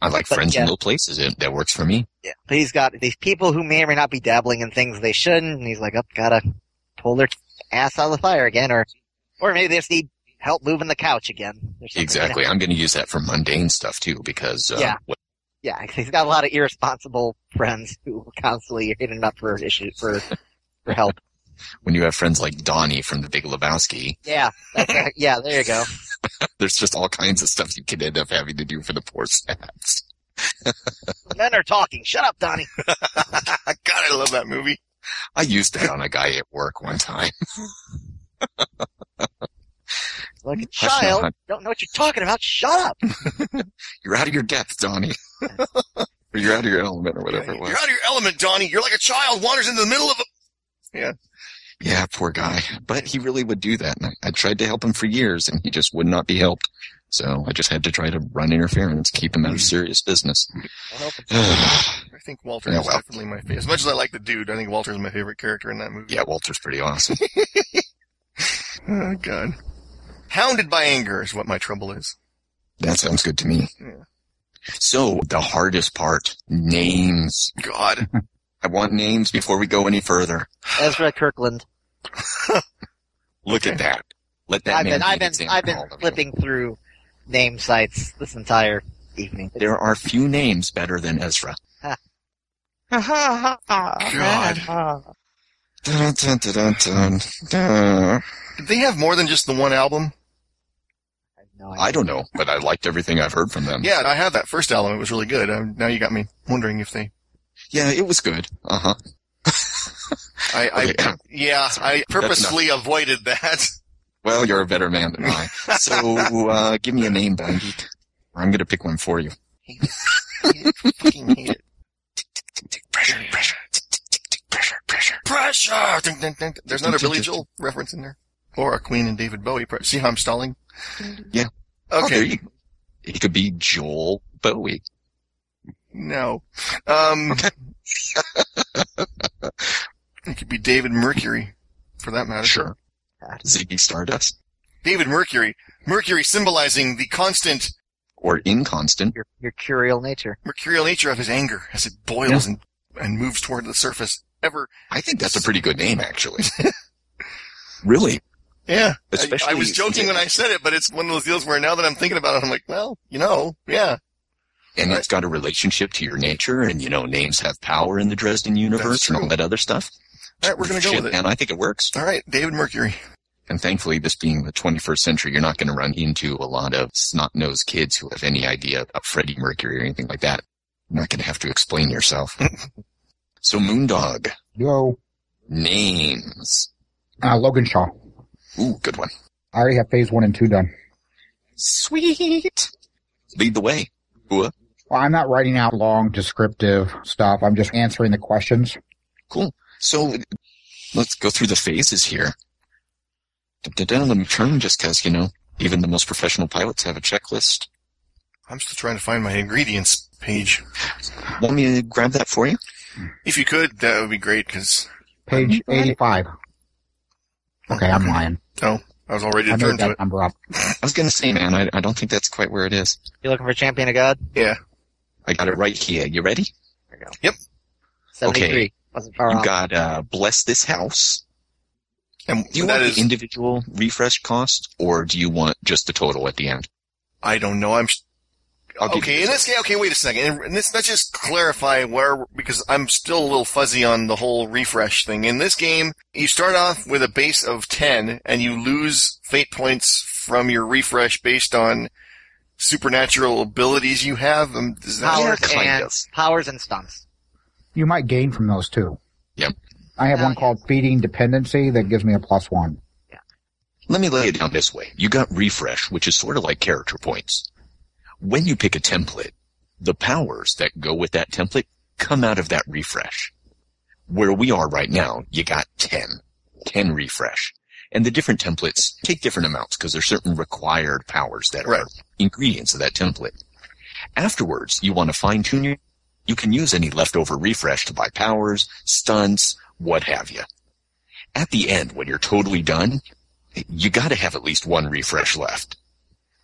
[SPEAKER 2] I like
[SPEAKER 3] But,
[SPEAKER 2] friends
[SPEAKER 3] yeah.
[SPEAKER 2] in low places. It, that works for me.
[SPEAKER 3] Yeah. But he's got these people who may or may not be dabbling in things they shouldn't, and he's like, oh, gotta pull their ass out of the fire again, or, or maybe they just need help moving the couch again. or something, you know?
[SPEAKER 2] Exactly. I'm going to use that for mundane stuff too, because uh,
[SPEAKER 3] Yeah.
[SPEAKER 2] what-
[SPEAKER 3] Yeah, 'cause he's got a lot of irresponsible friends who constantly are hitting him up for issues for for help.
[SPEAKER 2] when you have friends like Donnie from The Big Lebowski,
[SPEAKER 3] Yeah, that's- yeah, there you go.
[SPEAKER 2] there's just all kinds of stuff you can end up having to do for the poor stats.
[SPEAKER 3] Men are talking. Shut up, Donnie.
[SPEAKER 5] God, I love that movie.
[SPEAKER 2] I used that on a guy at work one time.
[SPEAKER 3] Like a
[SPEAKER 2] Hush now,
[SPEAKER 3] child,
[SPEAKER 2] hon.
[SPEAKER 3] don't know what you're talking about. Shut up.
[SPEAKER 2] You're out of your depth, Donnie. or you're out of your element or whatever it
[SPEAKER 5] You're
[SPEAKER 2] was.
[SPEAKER 5] out of your element, Donnie. You're like a child wanders into the middle of a.
[SPEAKER 2] Yeah, poor guy. But he really would do that. And I, I tried to help him for years and he just would not be helped. So I just had to try to run interference, keep him out of serious business.
[SPEAKER 3] Well,
[SPEAKER 2] yeah,
[SPEAKER 5] I think Walter
[SPEAKER 2] Yeah,
[SPEAKER 5] is
[SPEAKER 2] well.
[SPEAKER 5] definitely my favorite. As much as I like the dude, I think Walter's my favorite character in that movie.
[SPEAKER 2] Walter's pretty awesome.
[SPEAKER 5] Oh, God. Hounded by anger is what my trouble is.
[SPEAKER 2] That sounds good to me.
[SPEAKER 5] Yeah.
[SPEAKER 2] So the hardest part, names.
[SPEAKER 5] God.
[SPEAKER 2] I want names before we go any further.
[SPEAKER 3] Ezra Kirkland.
[SPEAKER 2] Look at that. Let that
[SPEAKER 3] I've been,
[SPEAKER 2] man be
[SPEAKER 3] I've
[SPEAKER 2] the
[SPEAKER 3] been,
[SPEAKER 2] example
[SPEAKER 3] I've
[SPEAKER 2] to
[SPEAKER 3] been
[SPEAKER 2] all of you.
[SPEAKER 3] flipping through name sites this entire evening.
[SPEAKER 2] There are few names better than Ezra.
[SPEAKER 3] Ah,
[SPEAKER 5] God.
[SPEAKER 2] Dun, dun, dun, dun, dun, dun.
[SPEAKER 5] Did they have more than just the one album?
[SPEAKER 3] No, I,
[SPEAKER 2] I don't know, but I liked everything I've heard from them.
[SPEAKER 5] Yeah, I have that first album. It was really good. Um, now you got me wondering if they.
[SPEAKER 2] Yeah, it was good. Uh huh.
[SPEAKER 5] I, I yeah, I purposefully avoided that.
[SPEAKER 2] well, you're a better man than I. So uh, give me a name, Bandit. Or I'm going to pick one for you.
[SPEAKER 5] Fucking hate it.
[SPEAKER 2] Pressure, pressure, tick, tick, tick, tick, pressure, pressure.
[SPEAKER 5] Pressure. Dun, dun, dun. There's another Billy Joel reference in there, or a Queen and David Bowie. pre- See how I'm stalling?
[SPEAKER 2] Yeah. Oh, there
[SPEAKER 5] Okay.
[SPEAKER 2] you go. It could be Joel Bowie.
[SPEAKER 5] No. Um, it could be David Mercury, for that matter.
[SPEAKER 2] Sure. Ziggy Stardust.
[SPEAKER 5] David Mercury. Mercury symbolizing the constant
[SPEAKER 2] Or inconstant.
[SPEAKER 3] your, your curial nature.
[SPEAKER 5] mercurial nature of his anger as it boils and, and moves toward the surface. Ever.
[SPEAKER 2] I think that's a pretty good name, actually. really?
[SPEAKER 5] Yeah. I,
[SPEAKER 2] Especially
[SPEAKER 5] I was joking when I said it, but it's one of those deals where now that I'm thinking about it, I'm like, well, you know, yeah.
[SPEAKER 2] and it's got a relationship to your nature, and you know, names have power in the Dresden universe and all
[SPEAKER 5] true.
[SPEAKER 2] that other stuff.
[SPEAKER 5] All right, we're going to go
[SPEAKER 2] Shit,
[SPEAKER 5] with it.
[SPEAKER 2] And I think it works.
[SPEAKER 5] All right, David Mercury.
[SPEAKER 2] And thankfully, this being the 21st century, you're not going to run into a lot of snot-nosed kids who have any idea about Freddie Mercury or anything like that. You're not going to have to explain yourself. so, Moondog
[SPEAKER 4] Yo,
[SPEAKER 2] names.
[SPEAKER 4] uh, Logan Shaw.
[SPEAKER 2] Ooh, good one.
[SPEAKER 4] I already have phase one and two done.
[SPEAKER 2] Sweet. Lead the way. Hua.
[SPEAKER 4] Well, I'm not writing out long descriptive stuff. I'm just answering the questions.
[SPEAKER 2] Cool. So let's go through the phases here. Da-da-da, Let me turn just because, you know, even the most professional pilots have a checklist.
[SPEAKER 5] I'm still trying to find my ingredients page.
[SPEAKER 2] Want me to grab that for you?
[SPEAKER 5] If you could, that would be great because
[SPEAKER 4] Page 85. Okay, I'm lying.
[SPEAKER 5] I was all ready
[SPEAKER 4] I
[SPEAKER 5] to turn
[SPEAKER 4] made
[SPEAKER 5] to it.
[SPEAKER 4] that number up.
[SPEAKER 2] I was going to say, man, I, I don't think that's quite where it is.
[SPEAKER 3] You're looking for Champion of God?
[SPEAKER 2] I got it right here. You ready?
[SPEAKER 3] 73. Wasn't far
[SPEAKER 2] You
[SPEAKER 3] off.
[SPEAKER 2] got uh, Bless This House.
[SPEAKER 5] And
[SPEAKER 2] Do you
[SPEAKER 5] that
[SPEAKER 2] want
[SPEAKER 5] is-
[SPEAKER 2] the individual refresh cost or do you want just the total at the end?
[SPEAKER 5] I don't know. I'm s-
[SPEAKER 2] I'll give
[SPEAKER 5] okay.
[SPEAKER 2] you
[SPEAKER 5] In this case, okay, wait a second. And this, let's just clarify where because I'm still a little fuzzy on the whole refresh thing. In this game, you start off with a base of ten, and you lose fate points from your refresh based on supernatural abilities you have. Um, does that-
[SPEAKER 2] How-
[SPEAKER 3] Powers
[SPEAKER 2] Yeah, kind
[SPEAKER 3] and
[SPEAKER 2] of.
[SPEAKER 3] powers and stunts.
[SPEAKER 4] You might gain from those two.
[SPEAKER 2] Yep.
[SPEAKER 4] I have
[SPEAKER 3] Oh,
[SPEAKER 4] one called Feeding Dependency that gives me a plus one.
[SPEAKER 2] Let me lay it down this way. You got refresh, which is sort of like character points. When you pick a template, the powers that go with that template come out of that refresh. Where we are right now, you got 10. 10 refresh. And the different templates take different amounts because there's certain required powers that
[SPEAKER 5] Right.
[SPEAKER 2] are ingredients of that template. Afterwards, you want to fine tune your You can use any leftover refresh to buy powers, stunts, what have you. At the end, when you're totally done, you gotta have at least one refresh left.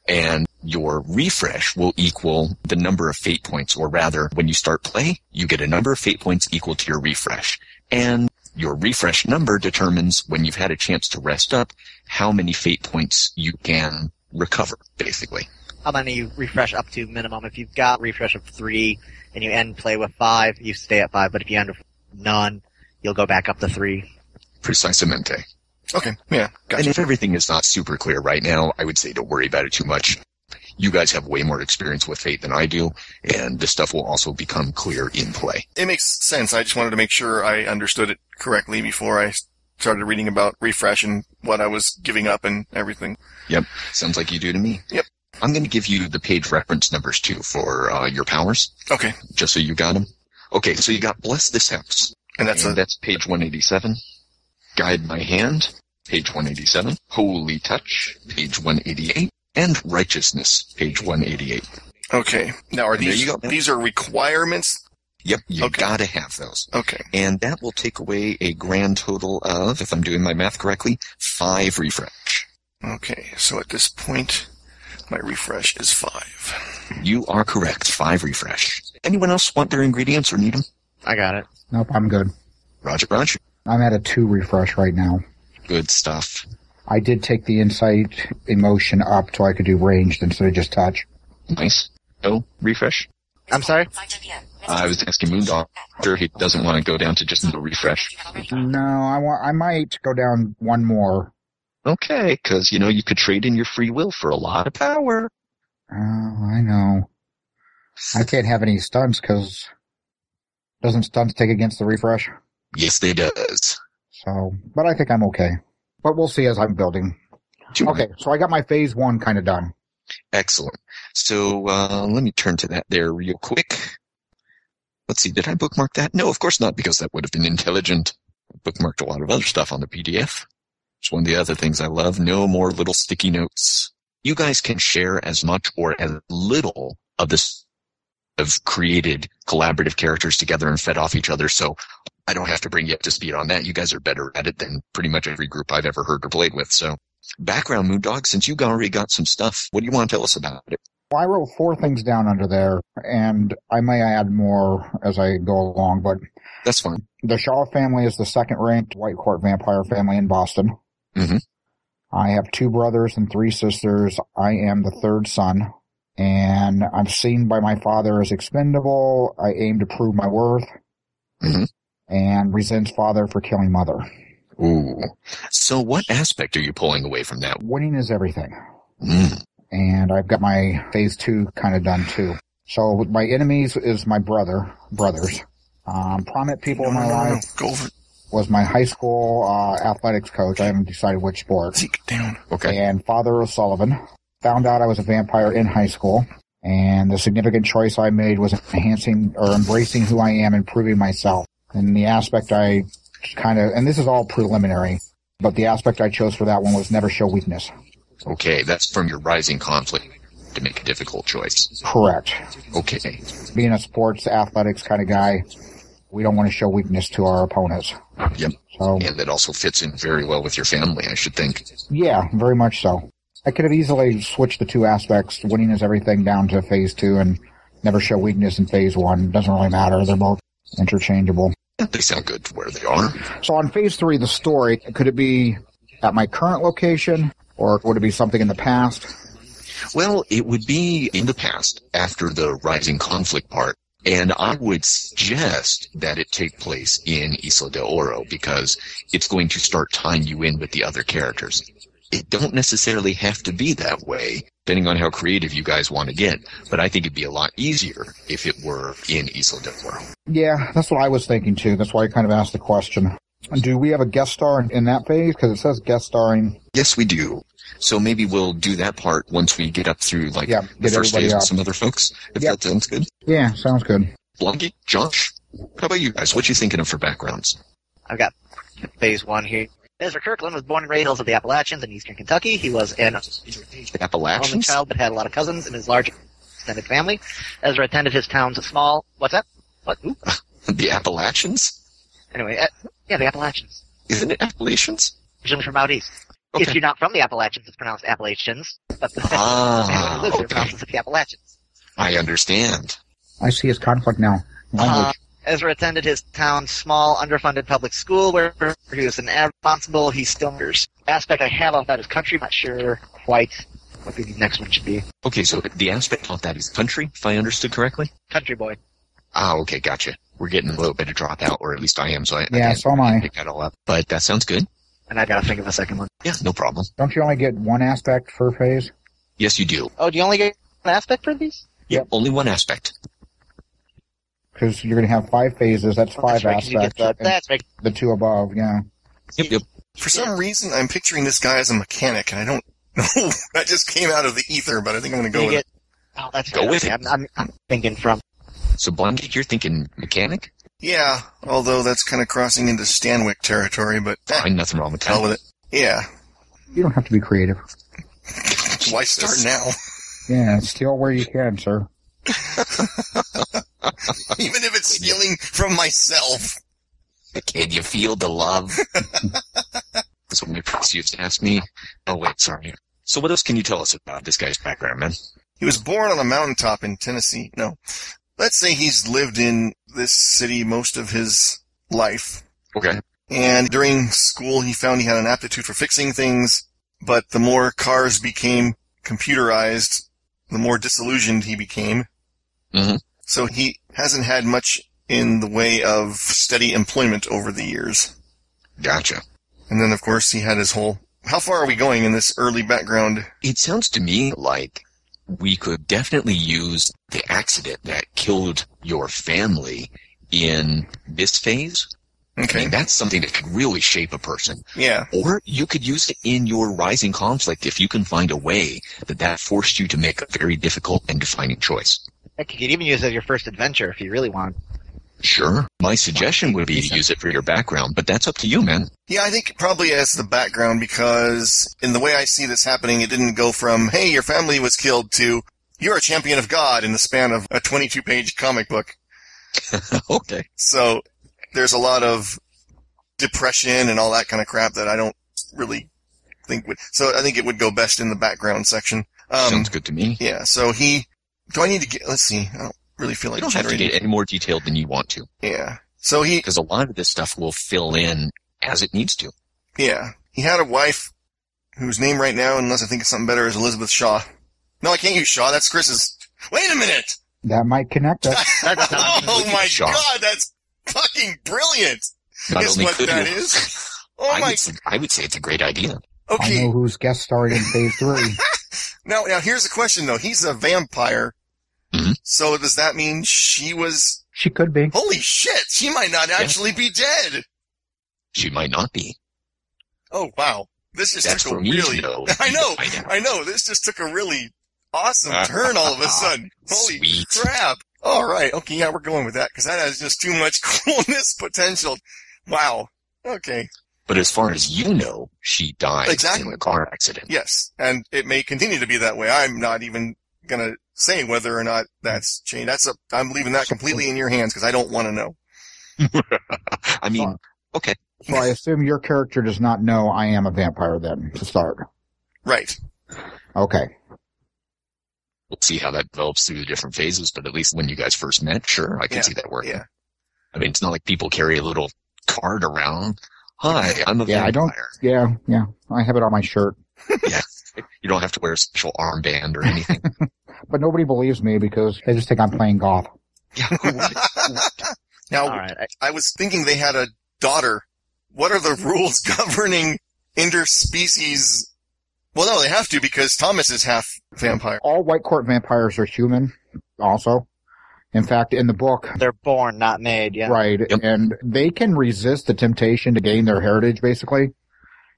[SPEAKER 2] And your refresh will equal the number of fate points, or rather, when you start play, you get a number of fate points equal to your refresh. And your refresh number determines when you've had a chance to rest up, how many fate points you can recover, basically.
[SPEAKER 6] How many you refresh up to minimum? If you've got refresh of three and you end play with five, you stay at five. But if you end with none, you'll go back up to three.
[SPEAKER 2] Precisamente.
[SPEAKER 5] Okay, yeah,
[SPEAKER 2] And
[SPEAKER 5] gotcha.
[SPEAKER 2] if everything is not super clear right now, I would say don't worry about it too much. You guys have way more experience with Fate than I do, and this stuff will also become clear in play.
[SPEAKER 5] It makes sense. I just wanted to make sure I understood it correctly before I started reading about refresh and what I was giving up and everything.
[SPEAKER 2] Yep, sounds like you do to me.
[SPEAKER 5] Yep.
[SPEAKER 2] I'm going to give you the page reference numbers too for uh, your powers,
[SPEAKER 5] Okay,
[SPEAKER 2] just so you got them. Okay, so you got Bless This House.
[SPEAKER 5] and that's
[SPEAKER 2] and
[SPEAKER 5] a
[SPEAKER 2] that's page 187. Guide My Hand, page 187. Holy Touch, page 188. And Righteousness, page 188.
[SPEAKER 5] okay. Now are
[SPEAKER 2] There
[SPEAKER 5] these
[SPEAKER 2] you go.
[SPEAKER 5] these are requirements?
[SPEAKER 2] Yep, you
[SPEAKER 5] Okay.
[SPEAKER 2] gotta have those.
[SPEAKER 5] Okay,
[SPEAKER 2] And that will take away a grand total of, if I'm doing my math correctly, five refresh.
[SPEAKER 5] okay. So at this point, my refresh is five.
[SPEAKER 2] You are correct, five refresh. Anyone else want their ingredients or need them?
[SPEAKER 6] I got it.
[SPEAKER 4] Nope, I'm good.
[SPEAKER 2] Roger, Roger.
[SPEAKER 4] I'm at a two refresh right now.
[SPEAKER 2] Good stuff.
[SPEAKER 4] I did take the insight emotion up so I could do ranged instead of just touch.
[SPEAKER 2] Nice. No refresh.
[SPEAKER 6] I'm sorry.
[SPEAKER 2] I was asking Moondog. Sure, he doesn't want to go down to just no refresh.
[SPEAKER 4] No, I want. I might go down one more.
[SPEAKER 2] Okay, because you know you could trade in your free will for a lot of power.
[SPEAKER 4] Oh, I know. I can't have any stunts because doesn't stunts take against the refresh?
[SPEAKER 2] Yes, they does.
[SPEAKER 4] So, but I think I'm okay. But we'll see as I'm building. Okay, so I got my phase one kind of done.
[SPEAKER 2] Excellent. So uh, let me turn to that there real quick. Let's see, did I bookmark that? No, of course not, because that would have been intelligent. I bookmarked a lot of other stuff on the PDF. It's one of the other things I love. No more little sticky notes. You guys can share as much or as little of this of created collaborative characters together and fed off each other. So I don't have to bring you up to speed on that. You guys are better at it than pretty much every group I've ever heard or played with. So background, Moondog, since you already got some stuff, what do you want to tell us about it?
[SPEAKER 4] Well, I wrote four things down under there, and I may add more as I go along. But
[SPEAKER 2] That's fine.
[SPEAKER 4] the Shaw family is the second ranked White Court vampire family in Boston.
[SPEAKER 2] Mhm.
[SPEAKER 4] I have two brothers and three sisters. I am the third son, and I'm seen by my father as expendable. I aim to prove my worth,
[SPEAKER 2] Mhm.
[SPEAKER 4] and resents father for killing mother.
[SPEAKER 2] Ooh. So what aspect are you pulling away from that?
[SPEAKER 4] Winning is everything.
[SPEAKER 2] Mm.
[SPEAKER 4] and I've got my phase two kind of done too. So my enemies is my brother, brothers. Um, prominent people in my
[SPEAKER 5] No, no, no, no.
[SPEAKER 4] life
[SPEAKER 5] Go over. it.
[SPEAKER 4] was my high school uh, athletics coach. I haven't decided which sport.
[SPEAKER 5] Zeke down.
[SPEAKER 2] Okay.
[SPEAKER 4] And Father O'Sullivan found out I was a vampire in high school, and the significant choice I made was enhancing or embracing who I am and proving myself. And the aspect I kind of, and this is all preliminary, but the aspect I chose for that one was never show weakness.
[SPEAKER 2] Okay. That's from your rising conflict to make a difficult choice.
[SPEAKER 4] Correct.
[SPEAKER 2] Okay.
[SPEAKER 4] being a sports athletics kind of guy, we don't want to show weakness to our opponents.
[SPEAKER 2] Yep.
[SPEAKER 4] So
[SPEAKER 2] And that also fits in very well with your family, I should think.
[SPEAKER 4] yeah, very much so. I could have easily switched the two aspects, winning is everything down to phase two and never show weakness in phase one. Doesn't really matter. They're both interchangeable.
[SPEAKER 2] They sound good to where they are.
[SPEAKER 4] So on phase three, the story, could it be at my current location or would it be something in the past?
[SPEAKER 2] Well, it would be in the past after the rising conflict part. And I would suggest that it take place in Isla de Oro because it's going to start tying you in with the other characters. It don't necessarily have to be that way, depending on how creative you guys want to get. But I think it'd be a lot easier if it were in Isla de Oro.
[SPEAKER 4] Yeah, that's what I was thinking too. That's why I kind of asked the question. Do we have a guest star in- in that phase? Because it says guest starring.
[SPEAKER 2] Yes, we do. So maybe we'll do that part once we get up through like
[SPEAKER 4] Yeah,
[SPEAKER 2] the
[SPEAKER 4] get
[SPEAKER 2] first
[SPEAKER 4] everybody
[SPEAKER 2] phase
[SPEAKER 4] up.
[SPEAKER 2] with some other folks. If
[SPEAKER 4] Yeah.
[SPEAKER 2] that sounds good.
[SPEAKER 4] Yeah, sounds good.
[SPEAKER 2] Blunky, Josh, how about you guys? What you thinking of for backgrounds?
[SPEAKER 6] I've got phase one here. Ezra Kirkland was born and raised hills of the Appalachians in eastern Kentucky. He was an only
[SPEAKER 2] Appalachians?
[SPEAKER 6] child, but had a lot of cousins in his large extended family. Ezra attended his town's small. What's that? What? Ooh.
[SPEAKER 2] the Appalachians?
[SPEAKER 6] Anyway, uh, yeah, the Appalachians.
[SPEAKER 2] Isn't it Appalachians?
[SPEAKER 6] Presumably from out east. If
[SPEAKER 2] Okay.
[SPEAKER 6] you're not from the Appalachians, it's pronounced Appalachians. But the
[SPEAKER 2] Ah,
[SPEAKER 6] Luther
[SPEAKER 2] okay.
[SPEAKER 6] pronounces it the Appalachians.
[SPEAKER 2] I understand.
[SPEAKER 4] I see his conflict now.
[SPEAKER 6] Uh,
[SPEAKER 4] Language.
[SPEAKER 6] Ezra attended his town's small, underfunded public school where he was an ad- responsible. He still aspect I have about his country. Not sure quite what the next one should be.
[SPEAKER 2] Okay, so the aspect of that is country, if I understood correctly?
[SPEAKER 6] Country boy.
[SPEAKER 2] Ah, okay, gotcha. We're getting a little bit of dropout, or at least I am, so I, I
[SPEAKER 4] yeah,
[SPEAKER 2] can't
[SPEAKER 4] so am I.
[SPEAKER 2] pick that all up. But that sounds good.
[SPEAKER 6] And I gotta think of a second one.
[SPEAKER 2] Yeah, no problem.
[SPEAKER 4] Don't you only get one aspect per phase?
[SPEAKER 2] Yes, you do.
[SPEAKER 6] Oh, do you only get an aspect for these?
[SPEAKER 4] Yep.
[SPEAKER 2] Only one aspect.
[SPEAKER 4] Because you're going to have five phases. That's
[SPEAKER 6] Oh, that's
[SPEAKER 4] five
[SPEAKER 6] right, 'cause you get
[SPEAKER 4] aspects.
[SPEAKER 6] the-
[SPEAKER 4] and
[SPEAKER 6] that's right.
[SPEAKER 4] the two above, yeah.
[SPEAKER 2] Yep, yep.
[SPEAKER 5] For some reason, I'm picturing this guy as a mechanic, and I don't know. that just came out of the ether, but I think I'm going to go
[SPEAKER 6] You
[SPEAKER 5] with it.
[SPEAKER 6] get, oh, that's
[SPEAKER 2] Go
[SPEAKER 6] right.
[SPEAKER 2] with
[SPEAKER 6] Okay,
[SPEAKER 2] it.
[SPEAKER 6] I'm, I'm, I'm thinking from
[SPEAKER 2] So, Blondie, you're thinking mechanic?
[SPEAKER 5] Yeah, although that's kind of crossing into Stanwick territory, but eh,
[SPEAKER 2] Fine, nothing wrong with that.
[SPEAKER 5] hell with it. Yeah,
[SPEAKER 4] You don't have to be creative.
[SPEAKER 5] why start now?
[SPEAKER 4] Yeah, steal where you can, sir.
[SPEAKER 5] Even if it's stealing from myself.
[SPEAKER 2] Can you feel the love? That's what my press used to ask me. Oh, wait, sorry. So what else can you tell us about this guy's background, man?
[SPEAKER 5] He was born on a mountaintop in Tennessee. No. Let's say he's lived in this city most of his life.
[SPEAKER 2] Okay.
[SPEAKER 5] And during school, he found he had an aptitude for fixing things, but the more cars became computerized, the more disillusioned he became.
[SPEAKER 2] Mhm.
[SPEAKER 5] So he hasn't had much in the way of steady employment over the years.
[SPEAKER 2] Gotcha.
[SPEAKER 5] And then, of course, he had his whole. How far are we going in this early background?
[SPEAKER 2] It sounds to me like we could definitely use the accident that killed your family in this phase. I
[SPEAKER 5] Okay.
[SPEAKER 2] mean, that's something that could really shape a person.
[SPEAKER 5] Yeah.
[SPEAKER 2] Or you could use it in your rising conflict if you can find a way that that forced you to make a very difficult and defining choice.
[SPEAKER 6] Heck, you could even use it as your first adventure if you really want.
[SPEAKER 2] Sure. My suggestion would be to use it for your background, but that's up to you, man.
[SPEAKER 5] Yeah, I think probably as the background because in the way I see this happening, it didn't go from, hey, your family was killed to, you're a champion of God in the span of a 22 page comic book.
[SPEAKER 2] okay.
[SPEAKER 5] So there's a lot of depression and all that kind of crap that I don't really think would. So I think it would go best in the background section. Um,
[SPEAKER 2] Sounds good to me.
[SPEAKER 5] yeah. So he. Do I need to get? Let's see. I don't really feel
[SPEAKER 2] You
[SPEAKER 5] like
[SPEAKER 2] don't have to
[SPEAKER 5] generating-
[SPEAKER 2] get any more detailed than you want to,
[SPEAKER 5] Yeah. So he.
[SPEAKER 2] because a lot of this stuff will fill in as it needs to.
[SPEAKER 5] Yeah. He had a wife whose name right now, unless I think of something better, is Elizabeth Shaw. No, I can't use Shaw. That's Chris's. Wait a minute.
[SPEAKER 4] That might connect us.
[SPEAKER 6] That's not-
[SPEAKER 5] Oh
[SPEAKER 2] Elizabeth
[SPEAKER 5] my
[SPEAKER 2] Shaw.
[SPEAKER 5] god, that's fucking brilliant.
[SPEAKER 2] Not
[SPEAKER 5] Guess
[SPEAKER 2] only
[SPEAKER 5] what
[SPEAKER 2] could
[SPEAKER 5] that
[SPEAKER 2] you,
[SPEAKER 5] is? Oh
[SPEAKER 2] I,
[SPEAKER 5] my.
[SPEAKER 2] would say, I would say it's a great idea.
[SPEAKER 4] I
[SPEAKER 5] Okay.
[SPEAKER 4] know who's guest starred in phase three.
[SPEAKER 5] Now, now here's the question though. He's a vampire.
[SPEAKER 2] Mhm.
[SPEAKER 5] So does that mean she was?
[SPEAKER 4] She could be.
[SPEAKER 5] Holy shit! She might not actually be dead.
[SPEAKER 2] She might not be.
[SPEAKER 5] Oh wow! This just
[SPEAKER 2] That's
[SPEAKER 5] took a
[SPEAKER 2] for me
[SPEAKER 5] really.
[SPEAKER 2] to know.
[SPEAKER 5] I know.
[SPEAKER 2] I know.
[SPEAKER 5] I know. This just took a really awesome turn all of a sudden. Holy
[SPEAKER 2] Sweet.
[SPEAKER 5] crap! All right. Okay. Yeah, we're going with that because that has just too much coolness potential. Wow. Okay.
[SPEAKER 2] But as far as you know, she died in
[SPEAKER 5] Exactly.
[SPEAKER 2] a car accident.
[SPEAKER 5] Yes, and it may continue to be that way. I'm not even gonna say whether or not that's changed. That's a. I'm leaving that completely in your hands because I don't want to know.
[SPEAKER 2] I mean,
[SPEAKER 4] Fine. So I assume your character does not know I am a vampire then, to start.
[SPEAKER 5] Right.
[SPEAKER 4] Okay.
[SPEAKER 2] we'll see how that develops through the different phases, but at least when you guys first met, sure, I can
[SPEAKER 5] Yeah,
[SPEAKER 2] see that working.
[SPEAKER 5] yeah.
[SPEAKER 2] I mean, it's not like people carry a little card around. Hi, I'm a
[SPEAKER 4] Yeah, I don't-
[SPEAKER 2] vampire.
[SPEAKER 4] Yeah, yeah. I have it on my shirt.
[SPEAKER 2] You don't have to wear a special armband or anything.
[SPEAKER 4] But nobody believes me because they just think I'm playing golf.
[SPEAKER 2] yeah, who would?
[SPEAKER 5] now,
[SPEAKER 6] all right. I-
[SPEAKER 5] I was thinking they had a daughter. What are the rules governing interspecies? Well, no, they have to because Thomas is half vampire.
[SPEAKER 4] All white court vampires are human, also. In fact, in the book,
[SPEAKER 6] They're born, not made. Yeah.
[SPEAKER 4] right,
[SPEAKER 2] Yep.
[SPEAKER 4] and they can resist the temptation to gain their heritage, basically,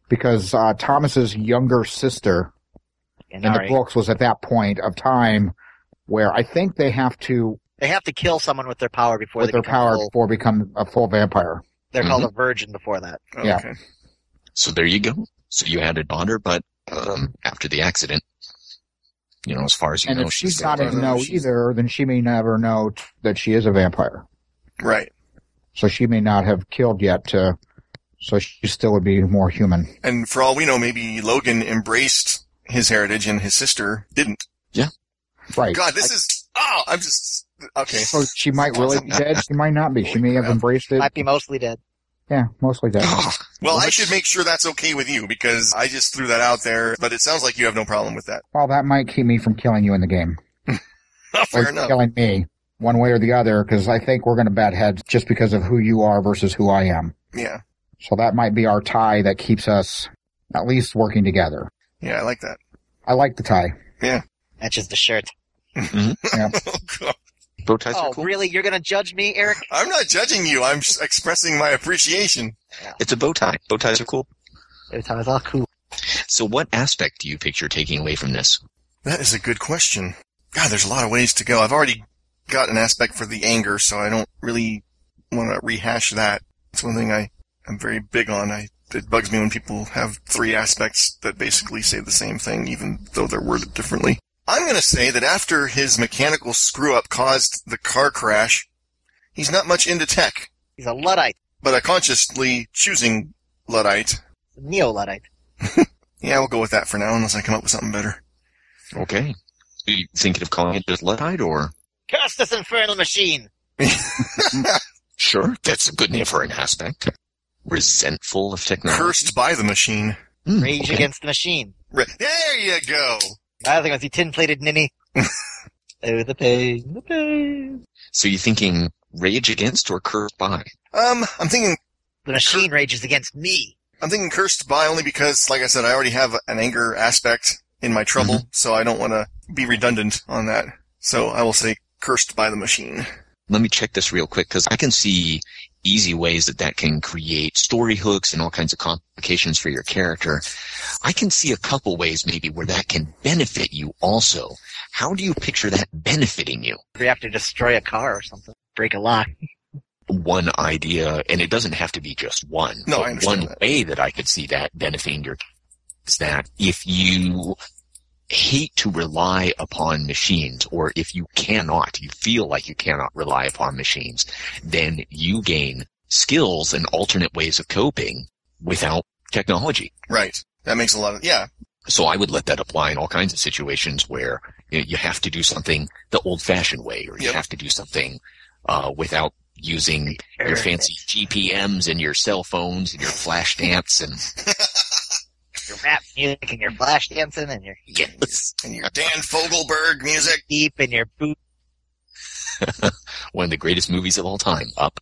[SPEAKER 4] because uh, Thomas's younger sister
[SPEAKER 6] And
[SPEAKER 4] in the
[SPEAKER 6] Ari.
[SPEAKER 4] books was at that point of time where I think they have to,
[SPEAKER 6] They have to kill someone with their power before
[SPEAKER 4] with
[SPEAKER 6] they
[SPEAKER 4] their
[SPEAKER 6] become
[SPEAKER 4] power, Mm-hmm.
[SPEAKER 6] full-
[SPEAKER 4] before become a full vampire.
[SPEAKER 6] They're called a virgin before that.
[SPEAKER 4] Yeah.
[SPEAKER 5] Okay.
[SPEAKER 2] So there you go. So you had a daughter, but um, after the accident, you know, as far as you
[SPEAKER 4] and
[SPEAKER 2] know,
[SPEAKER 4] if she's
[SPEAKER 2] still
[SPEAKER 4] not
[SPEAKER 2] alive.
[SPEAKER 4] in know
[SPEAKER 5] she's-
[SPEAKER 4] either, then she may never know t- that she is a vampire.
[SPEAKER 5] Right.
[SPEAKER 4] So she may not have killed yet to, so she still would be more human.
[SPEAKER 5] And for all we know, maybe Logan embraced his heritage and his sister didn't.
[SPEAKER 4] Right.
[SPEAKER 5] God, this is, ah, I'm just, okay.
[SPEAKER 4] So she might really be dead. She might not be. She may have embraced it.
[SPEAKER 3] Might be mostly dead.
[SPEAKER 4] Yeah, mostly dead.
[SPEAKER 2] Oh,
[SPEAKER 5] Well, I
[SPEAKER 2] What?
[SPEAKER 5] should make sure that's okay with you because I just threw that out there, but it sounds like you have no problem with that.
[SPEAKER 4] Well, that might keep me from killing you in the game.
[SPEAKER 5] Fair
[SPEAKER 4] or
[SPEAKER 5] enough.
[SPEAKER 4] killing me one way or the other because I think we're going to bat heads just because of who you are versus who I am.
[SPEAKER 5] Yeah.
[SPEAKER 4] So that might be our tie that keeps us at least working together.
[SPEAKER 5] Yeah, I like that.
[SPEAKER 4] I like the tie.
[SPEAKER 3] Matches the shirt.
[SPEAKER 5] Oh, God.
[SPEAKER 2] Bow ties
[SPEAKER 3] oh,
[SPEAKER 2] are cool.
[SPEAKER 3] really? You're gonna judge me, Eric?
[SPEAKER 5] I'm not judging you. I'm s- expressing my appreciation.
[SPEAKER 2] It's a bow tie. Bow ties are cool.
[SPEAKER 3] Every time I was all cool.
[SPEAKER 2] So what aspect do you picture taking away from this?
[SPEAKER 5] That is a good question. God, there's a lot of ways to go. I've already got an aspect for the anger, so I don't really want to rehash that. It's one thing I am very big on. I, it bugs me when people have three aspects that basically say the same thing, even though they're worded differently. I'm going to say that after his mechanical screw up caused the car crash, he's not much into tech,
[SPEAKER 3] He's a Luddite.
[SPEAKER 5] but I consciously choosing Luddite.
[SPEAKER 3] Neo Luddite.
[SPEAKER 5] Yeah, we'll go with that for now, unless I come up with something better.
[SPEAKER 2] Okay. Are you thinking of calling it just Luddite or?
[SPEAKER 3] Curse this infernal machine!
[SPEAKER 2] Sure. That's a good name for an aspect. Resentful of technology.
[SPEAKER 5] Cursed by the machine.
[SPEAKER 2] Hmm,
[SPEAKER 3] Rage
[SPEAKER 2] okay.
[SPEAKER 3] against the machine.
[SPEAKER 5] Re- There you go.
[SPEAKER 3] I think it was the tin plated ninny. oh, the pain, the pain.
[SPEAKER 2] So you're thinking rage against or cursed by?
[SPEAKER 5] Um, I'm thinking
[SPEAKER 3] The machine rages against me.
[SPEAKER 5] I'm thinking cursed by only because, like I said, I already have an anger aspect in my trouble, so I don't want to be redundant on that. So I will say cursed by the machine.
[SPEAKER 2] Let me check this real quick because I can see easy ways that that can create story hooks and all kinds of complications for your character. I can see a couple ways maybe where that can benefit you also. How do you picture that benefiting you?
[SPEAKER 3] We have to destroy a car or something. Break a lock.
[SPEAKER 2] one idea, and it doesn't have to be just one.
[SPEAKER 5] No,
[SPEAKER 2] but
[SPEAKER 5] I understand
[SPEAKER 2] one
[SPEAKER 5] that.
[SPEAKER 2] way that I could see that benefiting your is that if you hate to rely upon machines, or if you cannot, you feel like you cannot rely upon machines, then you gain skills and alternate ways of coping without technology.
[SPEAKER 5] Right. That makes a lot of yeah.
[SPEAKER 2] So I would let that apply in all kinds of situations where you, know, you have to do something the old-fashioned way, or you
[SPEAKER 5] Yep.
[SPEAKER 2] have to do something uh, without using your fancy GPMs and your cell phones and your flash dance and
[SPEAKER 3] Your rap music and your flash dancing and your
[SPEAKER 2] yes.
[SPEAKER 5] And your Dan Fogelberg music.
[SPEAKER 3] deep and your boot.
[SPEAKER 2] one of the greatest movies of all time, Up.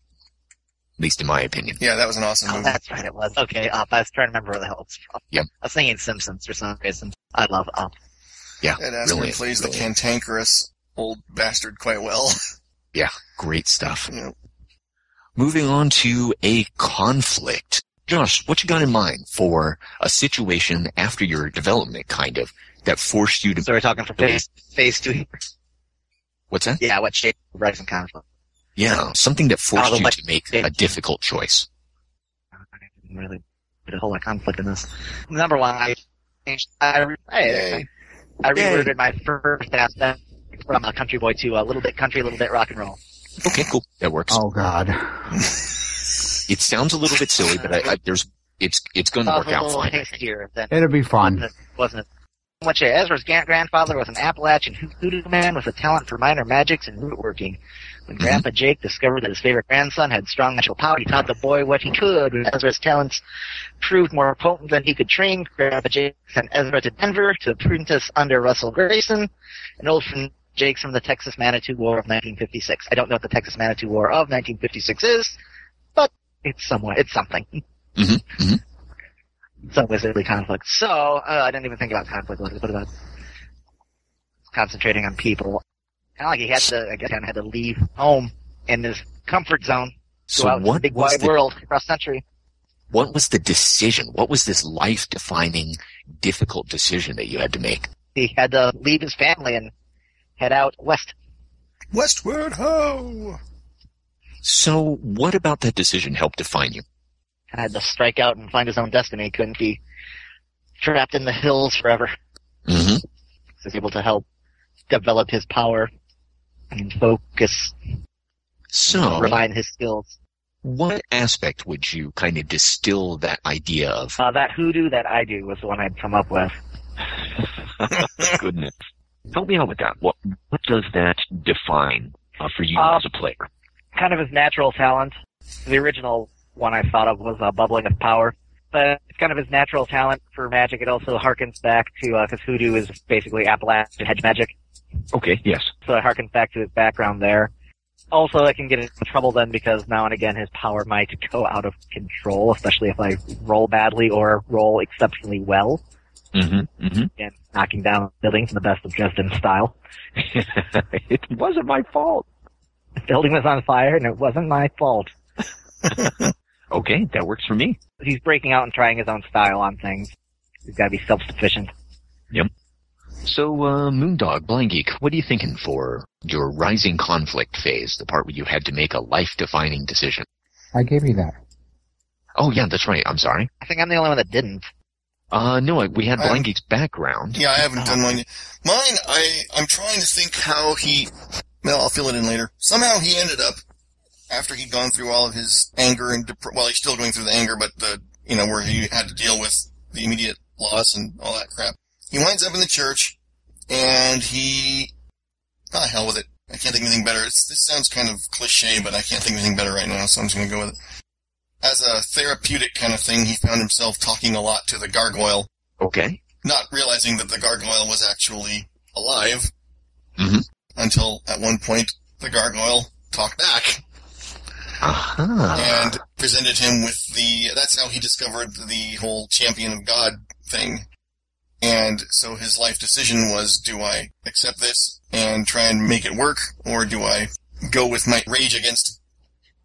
[SPEAKER 2] At least in my opinion.
[SPEAKER 5] Yeah, that was an awesome
[SPEAKER 3] Oh,
[SPEAKER 5] movie.
[SPEAKER 3] that's right, it was. Okay, up. I was trying to remember where the hell it's from.
[SPEAKER 2] Mm-hmm. Yep.
[SPEAKER 3] I was thinking Simpsons for some reason. I love up.
[SPEAKER 2] Yeah.
[SPEAKER 5] Ed Asner
[SPEAKER 2] brilliant,
[SPEAKER 5] plays the
[SPEAKER 2] brilliant.
[SPEAKER 5] cantankerous old bastard quite well.
[SPEAKER 2] Great stuff.
[SPEAKER 5] You know,
[SPEAKER 2] Moving on to a conflict. Josh, what you got in mind for a situation after your development kind of that forced you to
[SPEAKER 3] So we're talking from phase, phase two. here.
[SPEAKER 2] what's that?
[SPEAKER 3] Yeah, what shape rise and conflict?
[SPEAKER 2] Yeah, something that forced
[SPEAKER 3] Out of
[SPEAKER 2] you
[SPEAKER 3] my-
[SPEAKER 2] to make a difficult choice.
[SPEAKER 3] I didn't really put a whole lot of conflict in this. Number one, I changed, I, re- I,
[SPEAKER 5] Yay.
[SPEAKER 3] I
[SPEAKER 2] Yay.
[SPEAKER 3] rerouted my first aspect from a country boy to a little bit country, a little bit rock and roll.
[SPEAKER 2] Okay, cool. That works.
[SPEAKER 4] Oh God.
[SPEAKER 2] It sounds a little bit silly, but I, I, there's it's it's going to
[SPEAKER 3] Sounds
[SPEAKER 2] work
[SPEAKER 3] a
[SPEAKER 2] out
[SPEAKER 3] little
[SPEAKER 2] fine. I think.
[SPEAKER 3] tastier than
[SPEAKER 4] It'll be fun.
[SPEAKER 3] wasn't it? Which Ezra's gran- grandfather was an Appalachian hoodoo man with a talent for minor magics and root working. When
[SPEAKER 2] Mhm.
[SPEAKER 3] Grandpa Jake discovered that his favorite grandson had strong natural power, he taught the boy what he could. When Ezra's talents proved more potent than he could train, Grandpa Jake sent Ezra to Denver to apprentice under Russell Grayson, an old friend of Jake's from the Texas Manitou War of 1956. I don't know what the Texas Manitou War of 1956 is, but it's somewhere, it's something. It's always early conflict. So uh, I didn't even think about conflict. What what about concentrating on people? Kind of like he had to, I guess, kind of had to leave home in his comfort zone, go
[SPEAKER 2] So
[SPEAKER 3] out into the
[SPEAKER 2] what
[SPEAKER 3] big
[SPEAKER 2] was
[SPEAKER 3] wide
[SPEAKER 2] the,
[SPEAKER 3] world across country.
[SPEAKER 2] what was the decision? What was this life defining difficult decision that you had to make?
[SPEAKER 3] He had to leave his family and head out west.
[SPEAKER 5] Westward ho!
[SPEAKER 2] So what about that decision helped define you?
[SPEAKER 3] Kind of had to strike out and find his own destiny. He couldn't be trapped in the hills forever.
[SPEAKER 7] Mm-hmm.
[SPEAKER 2] hmm
[SPEAKER 3] He was able to help develop his power and focus
[SPEAKER 2] So,
[SPEAKER 6] refine his skills.
[SPEAKER 2] what aspect would you kind of distill that idea of?
[SPEAKER 6] Uh, that hoodoo that I do was the one I'd come up with.
[SPEAKER 7] Goodness. Help me out with that. What what does that define uh, for you
[SPEAKER 6] Uh,
[SPEAKER 7] as a player?
[SPEAKER 6] kind of his natural talent. The original one I thought of was uh, Bubbling of Power, but it's kind of his natural talent for magic. It also harkens back to, because hoodoo is basically Appalachian hedge magic,
[SPEAKER 7] Okay, yes.
[SPEAKER 6] so it harkens back to his background there. Also, I can get in trouble then because now and again his power might go out of control, especially if I roll badly or roll exceptionally well,
[SPEAKER 7] Mm-hmm. Mm-hmm.
[SPEAKER 6] and knocking down buildings in the best of Dresden style.
[SPEAKER 7] it wasn't my fault.
[SPEAKER 6] The building was on fire and it wasn't my fault.
[SPEAKER 7] Okay, that works for me.
[SPEAKER 6] he's breaking out and trying his own style on things. He's got to be self-sufficient.
[SPEAKER 2] So, uh, Moondog, Blind Geek, what are you thinking for your rising conflict phase, the part where you had to make a life-defining decision?
[SPEAKER 4] I gave you that.
[SPEAKER 2] Oh, yeah, that's right. I'm sorry.
[SPEAKER 6] I think I'm the only one that didn't.
[SPEAKER 2] Uh, no, I- we had
[SPEAKER 5] I-
[SPEAKER 2] Blind Geek's background.
[SPEAKER 5] Yeah, I haven't done mine yet. Mine, I, I'm trying to think how he, well, I'll fill it in later. Somehow he ended up, after he'd gone through all of his anger and, dep- well, he's still going through the anger, but the, you know, where he had to deal with the immediate loss and all that crap. He winds up in the church, and he, ah, hell with it. I can't think of anything better. It's, this sounds kind of cliche, but I can't think of anything better right now, so I'm just gonna go with it. As a therapeutic kind of thing, he found himself talking a lot to the gargoyle
[SPEAKER 2] Okay.
[SPEAKER 5] not realizing that the gargoyle was actually alive
[SPEAKER 2] Mhm.
[SPEAKER 5] until at one point the gargoyle talked back
[SPEAKER 2] Aha.
[SPEAKER 5] and presented him with the that's how he discovered the whole champion of god thing and so his life decision was do i accept this and try and make it work or do i go with my rage against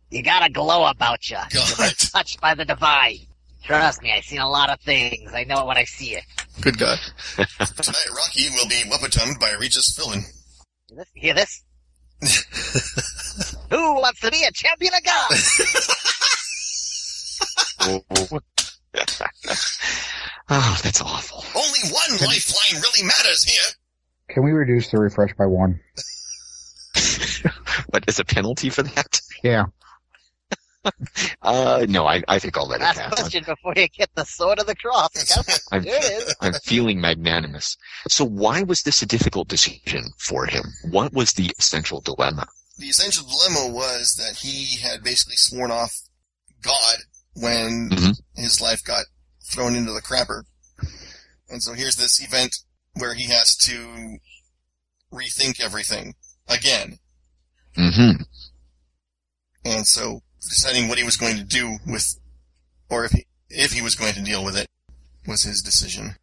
[SPEAKER 3] You got a glow about you.
[SPEAKER 5] god
[SPEAKER 3] Touched by the divine. Trust me, I've seen a lot of things. I know it when I see it.
[SPEAKER 5] good god tonight rocky will be weaponed by regis philbin
[SPEAKER 3] Hear this? Hear this? Who wants to be a champion of God?
[SPEAKER 2] Oh, that's awful.
[SPEAKER 5] only one lifeline really matters here
[SPEAKER 4] Can we reduce the refresh by one?
[SPEAKER 2] What is a penalty for that?
[SPEAKER 4] Yeah.
[SPEAKER 2] Uh, no, I, I think I'll let it
[SPEAKER 3] Last
[SPEAKER 2] pass.
[SPEAKER 3] question before you get the sword of the cross. Come on,
[SPEAKER 2] I'm,
[SPEAKER 3] There it is.
[SPEAKER 2] I'm feeling magnanimous. So why was this a difficult decision for him? What was the essential dilemma?
[SPEAKER 5] the essential dilemma was that he had basically sworn off God when
[SPEAKER 2] Mhm.
[SPEAKER 5] his life got thrown into the crapper. And so here's this event where he has to rethink everything again.
[SPEAKER 2] Mm-hmm.
[SPEAKER 5] And so deciding what he was going to do with, or if he, if he was going to deal with it, was his decision.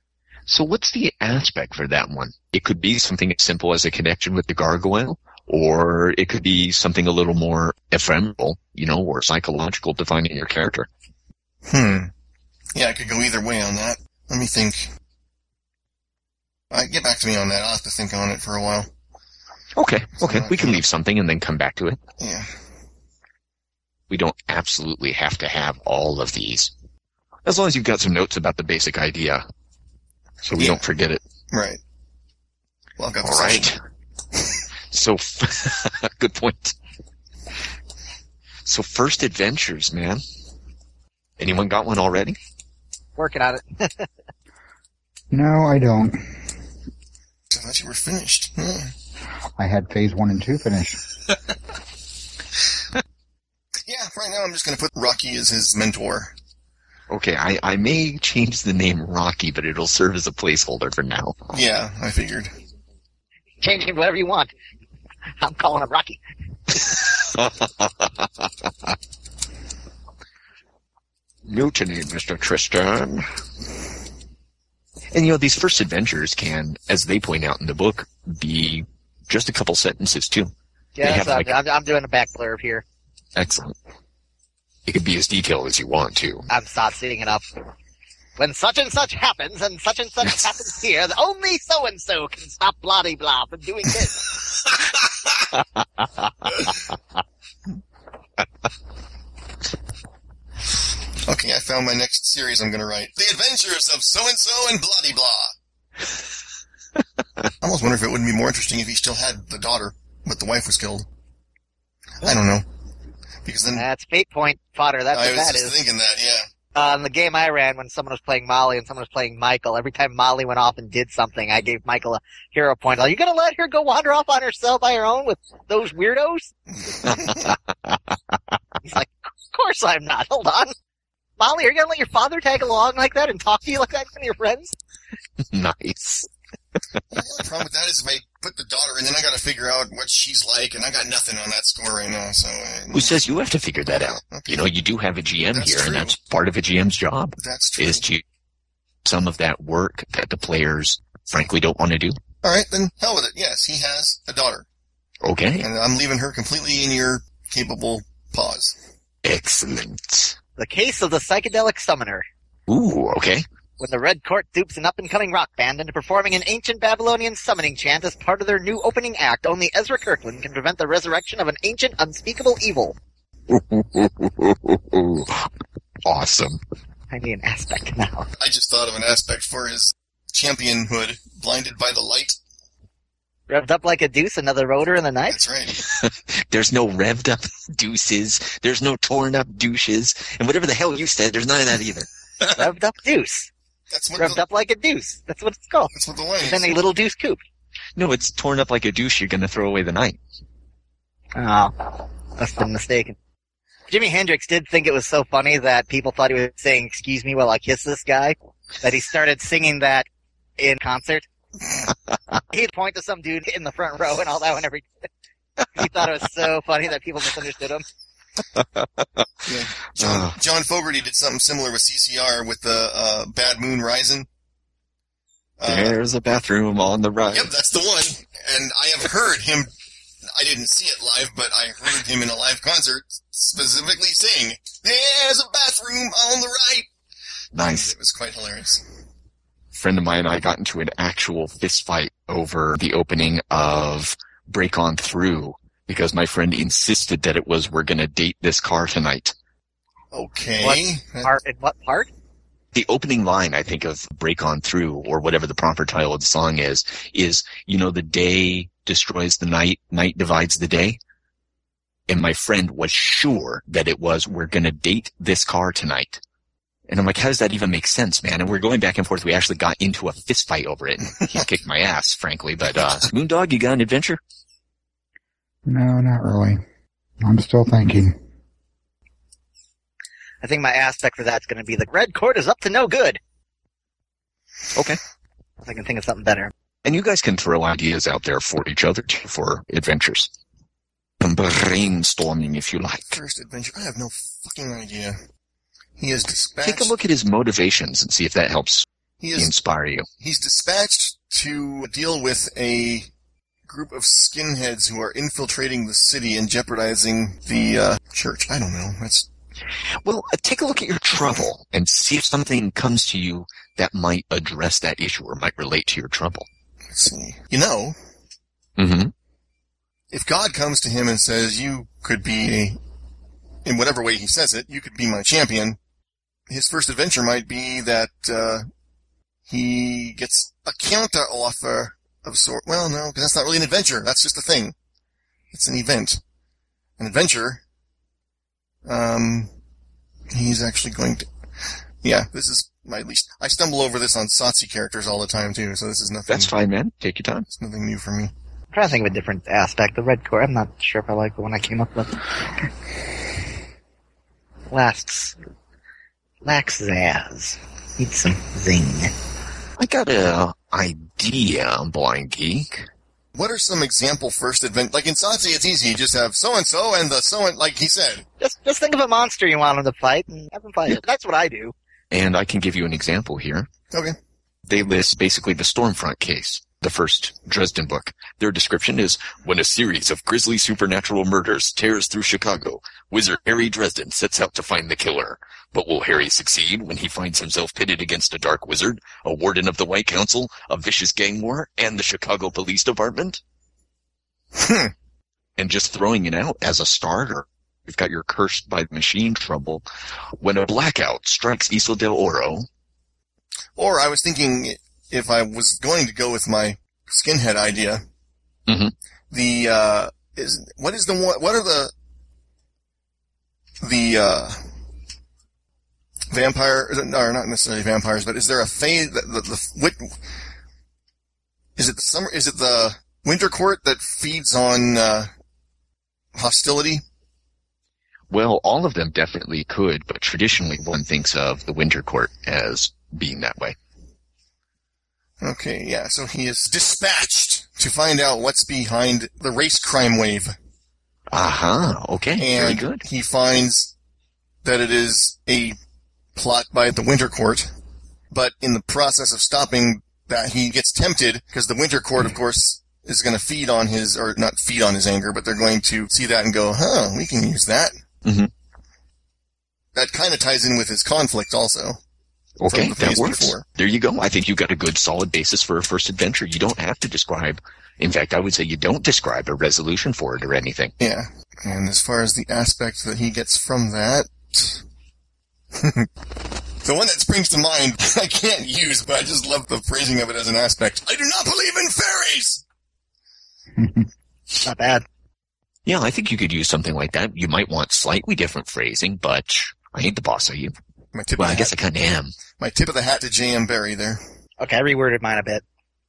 [SPEAKER 2] So what's the aspect for that one? It could be something as simple as a connection with the gargoyle, or it could be something a little more ephemeral, you know, or psychological defining your character.
[SPEAKER 5] Hmm. Yeah, I could go either way on that. Let me think. All right, get back to me on that. I'll have to think on it for a while.
[SPEAKER 2] Okay, okay. We can leave something and then come back to it.
[SPEAKER 5] Yeah.
[SPEAKER 2] we don't absolutely have to have all of these. As long as you've got some notes about the basic idea, so we
[SPEAKER 5] Yeah.
[SPEAKER 2] don't forget it.
[SPEAKER 5] Right. Well, I've got the
[SPEAKER 2] All
[SPEAKER 5] session.
[SPEAKER 2] right. so, good point. So, first adventures, man. Anyone got one already?
[SPEAKER 6] Working on it.
[SPEAKER 4] No, I don't.
[SPEAKER 5] I thought you were finished. Hmm. Yeah.
[SPEAKER 4] I had phase one and two finished.
[SPEAKER 5] Yeah, right now I'm just going to put Rocky as his mentor.
[SPEAKER 2] Okay, I, I may change the name Rocky, but it'll serve as a placeholder for now.
[SPEAKER 5] Yeah, I figured.
[SPEAKER 3] Change him to whatever you want. I'm calling him Rocky.
[SPEAKER 2] Mutiny, Mr. Tristan. And you know, these first adventures can, as they point out in the book, be just a couple sentences too. They
[SPEAKER 6] Yeah,
[SPEAKER 2] have, like-
[SPEAKER 6] that's, uh, I'm, I'm doing a back blurb here.
[SPEAKER 2] Excellent. It could be as detailed as you want to.
[SPEAKER 3] I'm start seeing it up. When such and such happens and such and such happens here, only so and so can stop blah de blah from doing this.
[SPEAKER 5] Okay, I found my next series I'm going to write. The Adventures of So-and-so and Bloody Blah. I almost wonder if it wouldn't be more interesting if he still had the daughter, but the wife was killed. I don't know. Because then
[SPEAKER 3] That's fate point fodder. That's
[SPEAKER 5] I
[SPEAKER 3] what
[SPEAKER 5] was
[SPEAKER 3] that
[SPEAKER 5] just
[SPEAKER 3] is.
[SPEAKER 5] thinking that, yeah.
[SPEAKER 3] Uh, in the game I ran, when someone was playing Molly and someone was playing Michael, every time Molly went off and did something, I gave Michael a hero point. Are you gonna let her go wander off on herself by her own with those weirdos? He's like, of course I'm not. Hold on. Molly, are you gonna let your father tag along like that and talk to you like that in front of your friends?
[SPEAKER 2] nice.
[SPEAKER 5] The only problem with that is if I put the daughter in, then I got to figure out what she's like, and I got nothing on that score right now. So uh,
[SPEAKER 2] Who says you have to figure that out?
[SPEAKER 5] Okay.
[SPEAKER 2] You know, you do have a GM
[SPEAKER 5] That's
[SPEAKER 2] here,
[SPEAKER 5] true.
[SPEAKER 2] and that's part of a GM's job
[SPEAKER 5] that's true.
[SPEAKER 2] is to some of that work that the players frankly don't want to do.
[SPEAKER 5] All right, then hell with it. Yes, he has a daughter,
[SPEAKER 2] Okay.
[SPEAKER 5] and I'm leaving her completely in your capable paws.
[SPEAKER 2] Excellent.
[SPEAKER 3] The case of the psychedelic summoner.
[SPEAKER 2] Ooh, okay.
[SPEAKER 3] When the Red Court dupes an up-and-coming rock band into performing an ancient Babylonian summoning chant as part of their new opening act, only Ezra Kirkland can prevent the resurrection of an ancient unspeakable evil.
[SPEAKER 2] awesome.
[SPEAKER 3] I need an aspect now.
[SPEAKER 5] I just thought of an aspect for his championhood, blinded by the light.
[SPEAKER 3] Revved up like a deuce, another rotor in the night.
[SPEAKER 5] That's right.
[SPEAKER 2] There's no revved up deuces. There's no torn up douches. And whatever the hell you said, there's none of that either.
[SPEAKER 3] Revved up deuce.
[SPEAKER 5] That's what.
[SPEAKER 3] Revved
[SPEAKER 5] The,
[SPEAKER 3] up like a deuce. That's what it's called.
[SPEAKER 5] that's what the line
[SPEAKER 3] Then
[SPEAKER 5] is.
[SPEAKER 3] a little deuce coupe.
[SPEAKER 2] No, it's torn up like a douche. You're going to throw away the night.
[SPEAKER 3] Oh, must have been mistaken. Jimi Hendrix did think it was so funny that people thought he was saying, excuse me while I kiss this guy, that he started singing that in concert. He'd point to some dude in the front row and all that whenever he did it. He thought it was so funny that people misunderstood him.
[SPEAKER 5] John, John Fogerty did something similar with CCR with the uh, Bad Moon Rising. Uh,
[SPEAKER 2] There's a bathroom on the right.
[SPEAKER 5] Yep, that's the one. And I have heard him. I didn't see it live, but I heard him in a live concert specifically sing, "There's a bathroom on the right."
[SPEAKER 2] Nice.
[SPEAKER 5] It was quite hilarious.
[SPEAKER 2] friend of mine and I got into an actual fist fight over the opening of Break On Through because my friend insisted that it was we're gonna date this car tonight.
[SPEAKER 5] Okay.
[SPEAKER 3] Part, in what part?
[SPEAKER 2] The opening line, I think, of Break On Through or whatever the proper title of the song is, is, you know, the day destroys the night, night divides the day. And my friend was sure that it was, we're gonna date this car tonight. And I'm like, how does that even make sense, man? And we're going back and forth. We actually got into a fist fight over it. He kicked my ass, frankly. But, uh, Moondog, you got an adventure?
[SPEAKER 4] No, not really. I'm still thinking.
[SPEAKER 3] I think my aspect for that's going to be the red court is up to no good.
[SPEAKER 2] Okay.
[SPEAKER 3] If I can think of something better.
[SPEAKER 2] And you guys can throw ideas out there for each other t- for adventures. Some Brainstorming, if you like.
[SPEAKER 5] First adventure. I have no fucking idea. He is dispatched.
[SPEAKER 2] Take a look at his motivations and see if that helps
[SPEAKER 5] He is
[SPEAKER 2] inspire you.
[SPEAKER 5] He's dispatched to deal with a group of skinheads who are infiltrating the city and jeopardizing the uh, church. I don't know. That's
[SPEAKER 2] Well, uh, take a look at your trouble and see if something comes to you that might address that issue or might relate to your trouble.
[SPEAKER 5] let's see. You know,
[SPEAKER 2] Mm-hmm.
[SPEAKER 5] if God comes to him and says, "You could be a," in whatever way he says it, "You could be my champion," his first adventure might be that uh, he gets a counter offer of sort. Well, no, because that's not really an adventure. That's just a thing. It's an event. An adventure. Um, he's actually going to. Yeah, this is my least. I stumble over this on Satsi characters all the time too, so this is nothing.
[SPEAKER 2] That's fine, man. Take your time.
[SPEAKER 5] It's nothing new for me.
[SPEAKER 3] I'm trying to think of a different aspect. The red core. I'm not sure if I like the one I came up with. Lasts. Laxaz. Need some zing.
[SPEAKER 2] I got a idea, Blind Geek.
[SPEAKER 5] What are some example first advent? Like in Sansi, it's easy. You just have so and so and the so and like he said.
[SPEAKER 3] Just, just think of a monster you want him to fight and have him fight it. That's what I do.
[SPEAKER 2] And I can give you an example here.
[SPEAKER 5] Okay.
[SPEAKER 2] they list basically the Stormfront case, the first Dresden book. Their description is when a series of grisly supernatural murders tears through Chicago, wizard Harry Dresden sets out to find the killer. But will Harry succeed when he finds himself pitted against a dark wizard, a warden of the White Council, a vicious gang war, and the Chicago Police Department?
[SPEAKER 5] Hmm.
[SPEAKER 2] And just throwing it out as a starter, we've got your cursed by the machine trouble. When a blackout strikes Isla del Oro,
[SPEAKER 5] Or I was thinking if I was going to go with my skinhead idea,
[SPEAKER 2] Mhm.
[SPEAKER 5] the uh, is what is the one? What are the the uh, vampire, or not necessarily vampires, but is there a fae? The, the, the what, is it the summer? Is it the winter court that feeds on uh, hostility?
[SPEAKER 2] Well, all of them definitely could, but traditionally one thinks of the Winter Court as being that way.
[SPEAKER 5] Okay, yeah. So he is dispatched to find out what's behind the race crime wave,
[SPEAKER 2] Aha, okay, very
[SPEAKER 5] and
[SPEAKER 2] good.
[SPEAKER 5] he finds that it is a plot by the Winter Court. But in the process of stopping that, he gets tempted because the Winter Court,
[SPEAKER 2] Hmm.
[SPEAKER 5] of course, is going to feed on his, or not feed on his anger, but they're going to see that and go, "Huh, we can use that."
[SPEAKER 2] Mhm.
[SPEAKER 5] That kind of ties in with his conflict, also.
[SPEAKER 2] Okay,
[SPEAKER 5] from the
[SPEAKER 2] that
[SPEAKER 5] phase
[SPEAKER 2] works.
[SPEAKER 5] before.
[SPEAKER 2] There you go. I think you got a good solid basis for a first adventure. You don't have to describe, in fact, I would say you don't describe a resolution for it or anything.
[SPEAKER 5] Yeah. And as far as the aspect that he gets from that. the one that springs to mind, I can't use, but I just love the phrasing of it as an aspect. I do not believe in fairies!
[SPEAKER 3] Not bad.
[SPEAKER 2] Yeah, I think you could use something like that. You might want slightly different phrasing, but I ain't the boss of you.
[SPEAKER 5] My tip,
[SPEAKER 2] Well,
[SPEAKER 5] of,
[SPEAKER 2] I
[SPEAKER 5] the
[SPEAKER 2] guess I
[SPEAKER 5] hat,
[SPEAKER 2] kind of am.
[SPEAKER 5] my tip of the hat to J.M. Barry there.
[SPEAKER 3] Okay, I reworded mine a bit.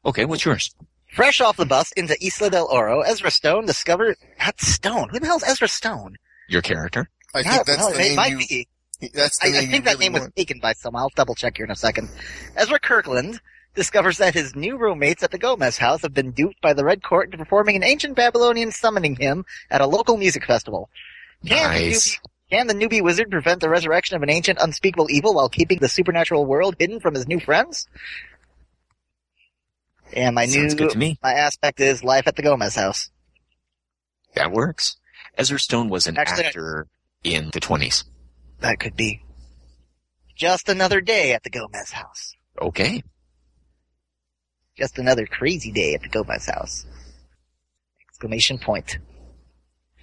[SPEAKER 2] Okay, what's yours?
[SPEAKER 3] Fresh off the bus into Isla del Oro, Ezra Stone discovered not Stone. Who the hell's Ezra Stone?
[SPEAKER 2] Your character?
[SPEAKER 5] I
[SPEAKER 3] No,
[SPEAKER 5] think that's
[SPEAKER 3] no,
[SPEAKER 5] the
[SPEAKER 3] it might
[SPEAKER 5] name you,
[SPEAKER 3] be.
[SPEAKER 5] that's the
[SPEAKER 3] I,
[SPEAKER 5] name
[SPEAKER 3] I think
[SPEAKER 5] you
[SPEAKER 3] that
[SPEAKER 5] really
[SPEAKER 3] name was
[SPEAKER 5] want.
[SPEAKER 3] taken by someone. I'll double check here in a second. Ezra Kirkland discovers that his new roommates at the Gomez house have been duped by the Red Court into performing an ancient Babylonian summoning hymn at a local music festival. Can the
[SPEAKER 2] Nice.
[SPEAKER 3] newbie- Can the newbie wizard prevent the resurrection of an ancient unspeakable evil while keeping the supernatural world hidden from his new friends? And my
[SPEAKER 2] Sounds
[SPEAKER 3] new
[SPEAKER 2] good to me.
[SPEAKER 3] my aspect is life at the Gomez house.
[SPEAKER 2] That works. Ezra Stone was an
[SPEAKER 3] Actually, I-
[SPEAKER 2] actor in the 20s.
[SPEAKER 3] That could be just another day at the Gomez house.
[SPEAKER 2] Okay.
[SPEAKER 3] Just another crazy day at the Gomez house. Exclamation point.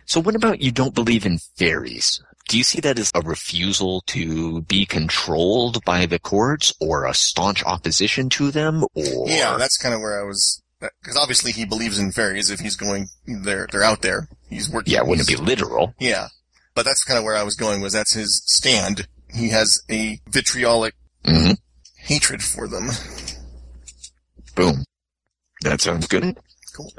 [SPEAKER 2] So what about you don't believe in fairies? Do you see that as a refusal to be controlled by the courts or a staunch opposition to them or
[SPEAKER 5] Yeah, that's kind of where I was. Because obviously he believes in fairies if he's going, they're, they're out there. He's working.
[SPEAKER 2] yeah, it wouldn't be literal.
[SPEAKER 5] Yeah. But that's kind of where I was going was that's his stand. He has a vitriolic
[SPEAKER 2] hmm
[SPEAKER 5] hatred for them.
[SPEAKER 2] Boom. That sounds good.
[SPEAKER 5] Cool.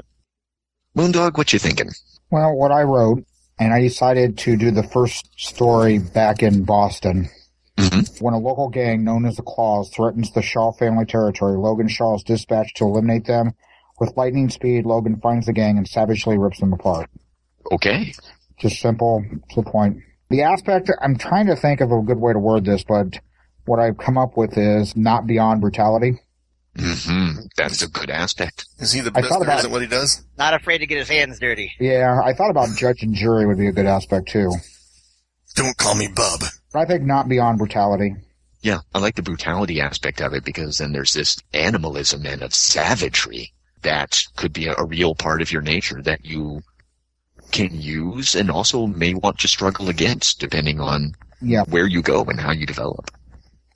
[SPEAKER 2] Moondog, what you thinking?
[SPEAKER 4] Well, what I wrote, and I decided to do the first story back in Boston.
[SPEAKER 2] Mhm.
[SPEAKER 4] When a local gang known as the Claws threatens the Shaw family territory, Logan Shaw is dispatched to eliminate them. With lightning speed, Logan finds the gang and savagely rips them apart.
[SPEAKER 2] Okay.
[SPEAKER 4] Just simple to the point. The aspect, I'm trying to think of a good way to word this, but what I've come up with is not beyond brutality.
[SPEAKER 2] hmm That's a good aspect.
[SPEAKER 5] Is he the
[SPEAKER 4] I
[SPEAKER 5] best
[SPEAKER 4] thought
[SPEAKER 5] there
[SPEAKER 4] about
[SPEAKER 5] is at what he does?
[SPEAKER 3] Not afraid to get his hands dirty.
[SPEAKER 4] Yeah, I thought about judge and jury would be a good aspect too.
[SPEAKER 5] Don't call me Bub.
[SPEAKER 4] But I think not beyond brutality.
[SPEAKER 2] Yeah, I like the brutality aspect of it because then there's this animalism and of savagery that could be a, a real part of your nature that you can use and also may want to struggle against depending on
[SPEAKER 4] Yeah.
[SPEAKER 2] where you go and how you develop.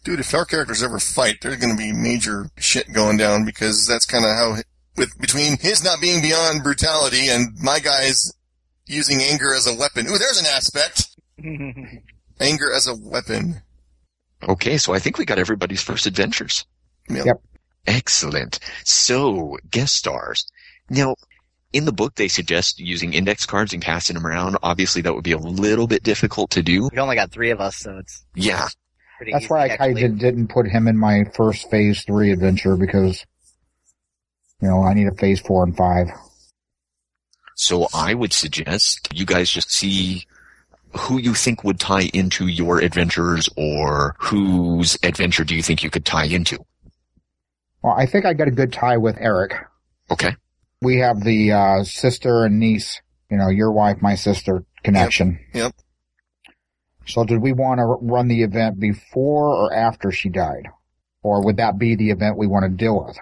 [SPEAKER 5] Dude, if our characters ever fight, there's going to be major shit going down because that's kind of how, with between his not being beyond brutality and my guys using anger as a weapon. Ooh, there's an aspect. Anger as a weapon.
[SPEAKER 2] Okay, so I think we got everybody's first adventures.
[SPEAKER 5] Yep.
[SPEAKER 4] Yep.
[SPEAKER 2] Excellent. So, guest stars. Now, in the book, they suggest using index cards and passing them around. Obviously, that would be a little bit difficult to do.
[SPEAKER 3] We've only got three of us, so it's
[SPEAKER 2] Yeah.
[SPEAKER 3] pretty
[SPEAKER 4] That's
[SPEAKER 3] easy,
[SPEAKER 4] why I
[SPEAKER 3] actually.
[SPEAKER 4] kind of didn't put him in my first phase three adventure because, you know, I need a phase four and five.
[SPEAKER 2] So I would suggest you guys just see who you think would tie into your adventures or whose adventure do you think you could tie into?
[SPEAKER 4] Well, I think I got a good tie with Eric.
[SPEAKER 2] Okay.
[SPEAKER 4] We have the uh, sister and niece, you know, your wife, my sister connection.
[SPEAKER 5] Yep.
[SPEAKER 4] So did we want to run the event before or after she died? Or would that be the event we want to deal with?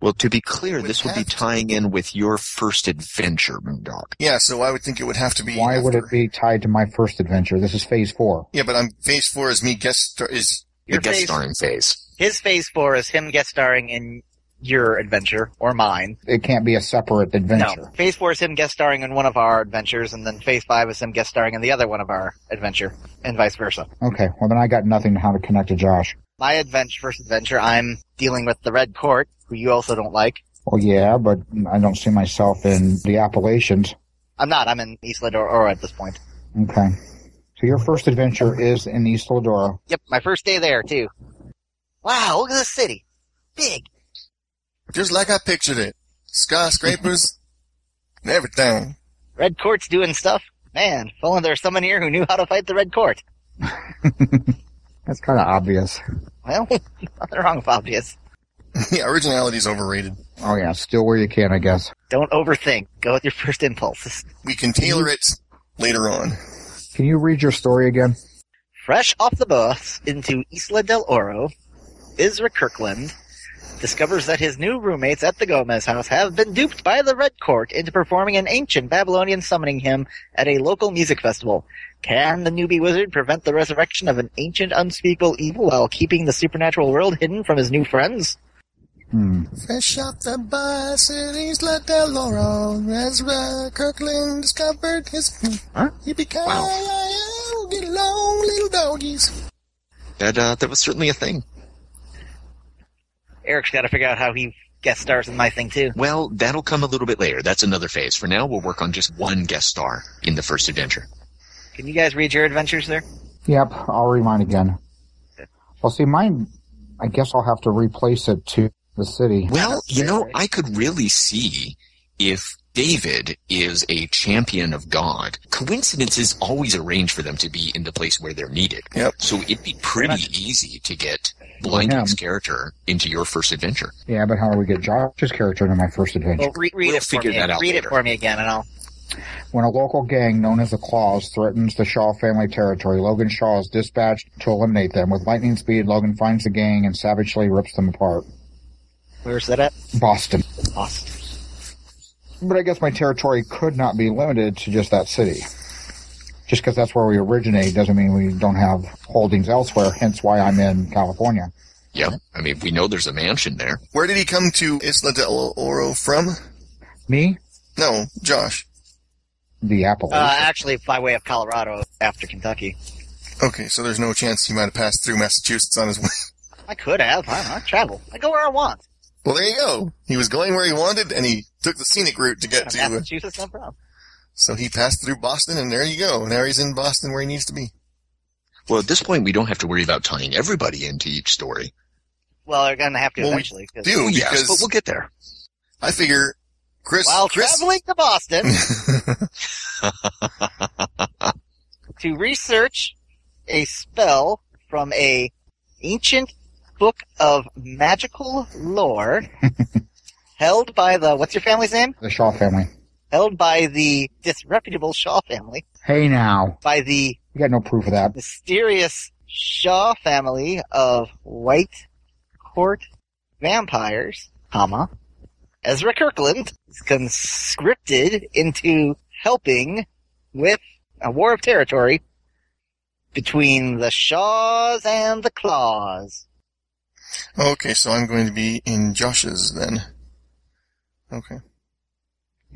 [SPEAKER 2] Well, to be clear,
[SPEAKER 5] Would
[SPEAKER 2] this would be
[SPEAKER 5] have to.
[SPEAKER 2] tying in with your first adventure, Moondog.
[SPEAKER 5] Yeah, so I would think it would have to be.
[SPEAKER 4] Why would
[SPEAKER 5] after-
[SPEAKER 4] it be tied to my first adventure? This is phase four.
[SPEAKER 5] Yeah, but I'm phase four is me guest star, is
[SPEAKER 2] The
[SPEAKER 3] Your
[SPEAKER 2] guest
[SPEAKER 3] phase-
[SPEAKER 2] starring phase.
[SPEAKER 3] His phase four is him guest starring in your adventure or mine.
[SPEAKER 4] It can't be a separate adventure.
[SPEAKER 3] No. Phase four is him guest starring in one of our adventures, and then phase five is him guest starring in the other one of our adventure, and vice versa.
[SPEAKER 4] Okay, well then I got nothing how to connect to Josh.
[SPEAKER 3] My adventure, first adventure, I'm dealing with the Red Court, who you also don't like.
[SPEAKER 4] Well, yeah, but I don't see myself in the Appalachians.
[SPEAKER 3] I'm not. I'm in East Lador Oro at this point.
[SPEAKER 4] Okay. So your first adventure is in East Eldora.
[SPEAKER 3] Yep, my first day there too. Wow, look at this city. Big.
[SPEAKER 5] Just like I pictured it. Skyscrapers and everything.
[SPEAKER 3] Red Court's doing stuff. Man, if only there was someone here who knew how to fight the Red Court.
[SPEAKER 4] That's kind of obvious.
[SPEAKER 3] Well, nothing wrong with obvious.
[SPEAKER 5] yeah, originality's overrated.
[SPEAKER 4] Oh yeah, still where you can, I guess.
[SPEAKER 3] Don't overthink. Go with your first impulses.
[SPEAKER 5] We can
[SPEAKER 4] Mm-hmm.
[SPEAKER 5] tailor it later on.
[SPEAKER 4] Can you read your story again?
[SPEAKER 3] Fresh off the bus into Isla del Oro, Isra Kirkland discovers that his new roommates at the Gomez house have been duped by the Red Court into performing an ancient Babylonian summoning hymn at a local music festival. Can the newbie wizard prevent the resurrection of an ancient unspeakable evil while keeping the supernatural world hidden from his new friends?
[SPEAKER 4] Hmm.
[SPEAKER 5] Fresh off the bus in Isla del Oro, Ezra Kirkland discovered his...
[SPEAKER 3] Huh?
[SPEAKER 5] Yippee-ki-yay, uh, get along, little doggies.
[SPEAKER 2] That uh, that was certainly a thing.
[SPEAKER 3] Eric's got to figure out how he guest stars in my thing too.
[SPEAKER 2] Well, that'll come a little bit later. That's another phase. For now, we'll work on just one guest star in the first adventure.
[SPEAKER 3] Can you guys read your adventures there?
[SPEAKER 4] Yep, I'll read mine again. Well, see, mine, I guess I'll have to replace it to the city.
[SPEAKER 2] Well, you know, I could really see if David is a champion of God. Coincidences always arrange for them to be in the place where they're needed.
[SPEAKER 5] Yep.
[SPEAKER 2] So it'd be pretty easy to get Blank's character into your first adventure.
[SPEAKER 4] Yeah, but how do we get Josh's character into my first adventure?
[SPEAKER 3] Well, re- read
[SPEAKER 2] We'll
[SPEAKER 3] it for
[SPEAKER 2] figure
[SPEAKER 3] me.
[SPEAKER 2] that out
[SPEAKER 3] read
[SPEAKER 2] later.
[SPEAKER 3] it for me again, and I'll
[SPEAKER 4] When a local gang known as the Claws threatens the Shaw family territory, Logan Shaw is dispatched to eliminate them. With lightning speed, Logan finds the gang and savagely rips them apart.
[SPEAKER 3] Where's that at?
[SPEAKER 4] Boston.
[SPEAKER 3] Austin.
[SPEAKER 4] But I guess my territory could not be limited to just that city. Just because that's where we originate doesn't mean we don't have holdings elsewhere, hence why I'm in California.
[SPEAKER 2] Yeah. I mean, we know there's a mansion there.
[SPEAKER 5] Where did he come to Isla del Oro from?
[SPEAKER 4] Me?
[SPEAKER 5] No, Josh.
[SPEAKER 4] The Appalachian.
[SPEAKER 3] Uh, actually, by way of Colorado after Kentucky.
[SPEAKER 5] Okay, so there's no chance he might have passed through Massachusetts on his way.
[SPEAKER 3] I could have. I, don't know, I travel. I go where I want.
[SPEAKER 5] Well, there you go. He was going where he wanted, and he took the scenic route to get to.
[SPEAKER 3] Massachusetts, no problem.
[SPEAKER 5] So he passed through Boston, and there you go. Now he's in Boston where he needs to be.
[SPEAKER 2] Well, at this point, we don't have to worry about tying everybody into each story.
[SPEAKER 3] Well, they're going to have to
[SPEAKER 5] Well, we
[SPEAKER 3] eventually. 'cause-
[SPEAKER 5] Do
[SPEAKER 2] yes,
[SPEAKER 5] because
[SPEAKER 2] but we'll get there.
[SPEAKER 5] I figure Chris.
[SPEAKER 3] While
[SPEAKER 5] Chris,
[SPEAKER 3] traveling to Boston to research a spell from a ancient book of magical lore held by the what's your family's name?
[SPEAKER 4] the Shaw family.
[SPEAKER 3] Held by the disreputable Shaw family,
[SPEAKER 4] Hey now.
[SPEAKER 3] by the
[SPEAKER 4] You got no proof of that.
[SPEAKER 3] mysterious Shaw family of white court vampires, comma, Ezra Kirkland is conscripted into helping with a war of territory between the Shaws and the Claws.
[SPEAKER 5] okay, so I'm going to be in Josh's then. Okay.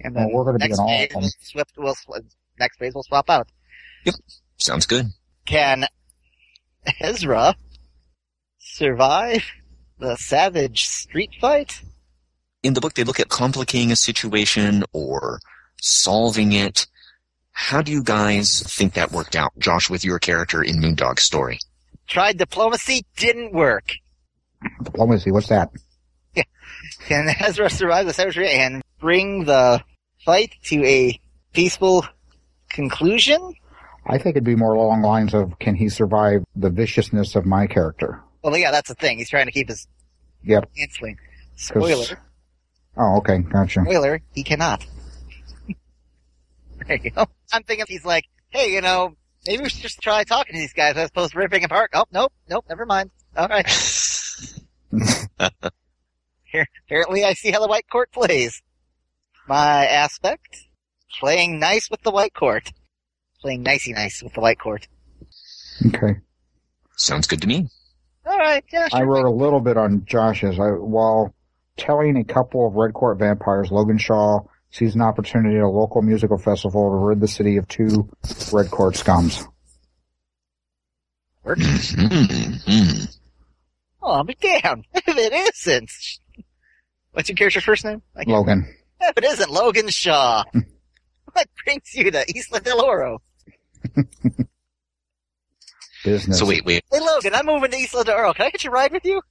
[SPEAKER 3] And
[SPEAKER 4] Well, we're gonna be
[SPEAKER 3] next
[SPEAKER 4] in all
[SPEAKER 3] phase,
[SPEAKER 4] of them.
[SPEAKER 3] Swift will sw- next phase will swap out.
[SPEAKER 2] Sounds good.
[SPEAKER 3] Can Ezra survive the savage street fight?
[SPEAKER 2] in the book they look at complicating a situation or solving it. How do you guys think that worked out, Josh, with your character in Moondog's story?
[SPEAKER 3] Tried diplomacy, didn't work.
[SPEAKER 4] Diplomacy, what's that?
[SPEAKER 3] Can Ezra survive the savagery and bring the fight to a peaceful conclusion?
[SPEAKER 4] I think it'd be more along the lines of can he survive the viciousness of my character?
[SPEAKER 3] Well, yeah, that's the thing. He's trying to keep his
[SPEAKER 4] Yep.
[SPEAKER 3] hands clean.
[SPEAKER 4] 'cause-
[SPEAKER 3] Spoiler,
[SPEAKER 4] Oh, okay, gotcha.
[SPEAKER 3] spoiler, he cannot. there you go. I'm thinking he's like, hey, you know, maybe we should just try talking to these guys as opposed to ripping apart. Oh, nope, nope, never mind. All right. Here, apparently, I see how the White Court plays. My aspect playing nice with the White Court, playing nicey nice with the White Court.
[SPEAKER 4] Okay.
[SPEAKER 2] Sounds good to me.
[SPEAKER 3] All right, yeah,
[SPEAKER 4] I
[SPEAKER 3] sure.
[SPEAKER 4] wrote a little bit on Josh's. I, while telling a couple of Red Court vampires, Logan Shaw sees an opportunity at a local musical festival to rid the city of two Red Court scums.
[SPEAKER 2] Mm-hmm, Mhm.
[SPEAKER 3] Oh, I'll be damned if it isn't. What's your character's first name? I can't-
[SPEAKER 4] Logan.
[SPEAKER 3] If it isn't Logan Shaw. what brings you to Isla del Oro?
[SPEAKER 4] Business.
[SPEAKER 2] so wait, wait.
[SPEAKER 3] Hey, Logan, I'm moving to Isla del Oro. Can I get you a ride with you?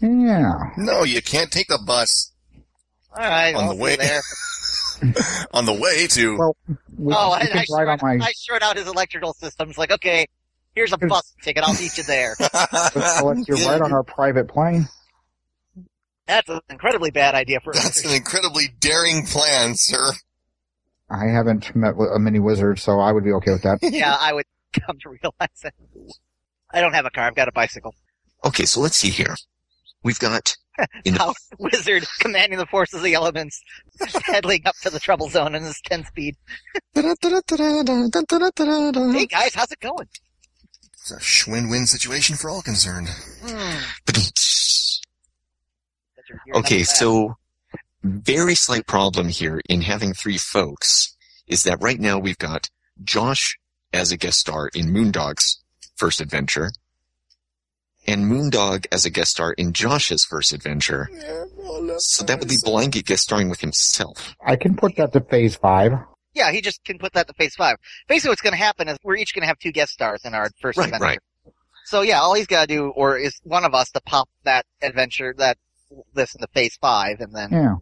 [SPEAKER 4] Yeah.
[SPEAKER 5] No, you can't take the bus
[SPEAKER 3] All right,
[SPEAKER 5] On
[SPEAKER 3] I'll
[SPEAKER 5] the
[SPEAKER 3] be
[SPEAKER 5] way.
[SPEAKER 3] there.
[SPEAKER 5] on the way to.
[SPEAKER 4] Well, We,
[SPEAKER 3] oh, I,
[SPEAKER 4] you
[SPEAKER 3] I,
[SPEAKER 4] can ride
[SPEAKER 3] short,
[SPEAKER 4] on my.
[SPEAKER 3] I short out his electrical systems. Like, okay, here's a bus ticket. I'll meet you there.
[SPEAKER 4] Alex, you're right on our private plane.
[SPEAKER 3] That's an incredibly bad idea for.
[SPEAKER 5] That's an incredibly daring plan, sir.
[SPEAKER 4] I haven't met with a mini wizard, so I would be okay with that.
[SPEAKER 3] yeah, I would come to realize that. I don't have a car. I've got a bicycle.
[SPEAKER 2] Okay, so let's see here. We've got In the-
[SPEAKER 3] How wizard commanding the forces of the elements, pedaling up to the trouble zone in his ten speed. Hey guys, how's it going?
[SPEAKER 5] It's a win-win situation for all concerned.
[SPEAKER 3] Hmm. Such a weird
[SPEAKER 2] Okay,
[SPEAKER 3] little
[SPEAKER 2] so very slight problem here in having three folks is that right now we've got Josh as a guest star in Moondog's first adventure, and Moondog as a guest star in Josh's first adventure. So that would be Blanket guest starring with himself.
[SPEAKER 4] I can put that to phase five.
[SPEAKER 3] Yeah, he just can put that to phase five. Basically, what's going to happen is we're each going to have two guest stars in our first
[SPEAKER 2] Right,
[SPEAKER 3] adventure.
[SPEAKER 2] right.
[SPEAKER 3] So yeah, all he's got to do, or is one of us to pop that adventure, that this into phase five, and then
[SPEAKER 4] Yeah.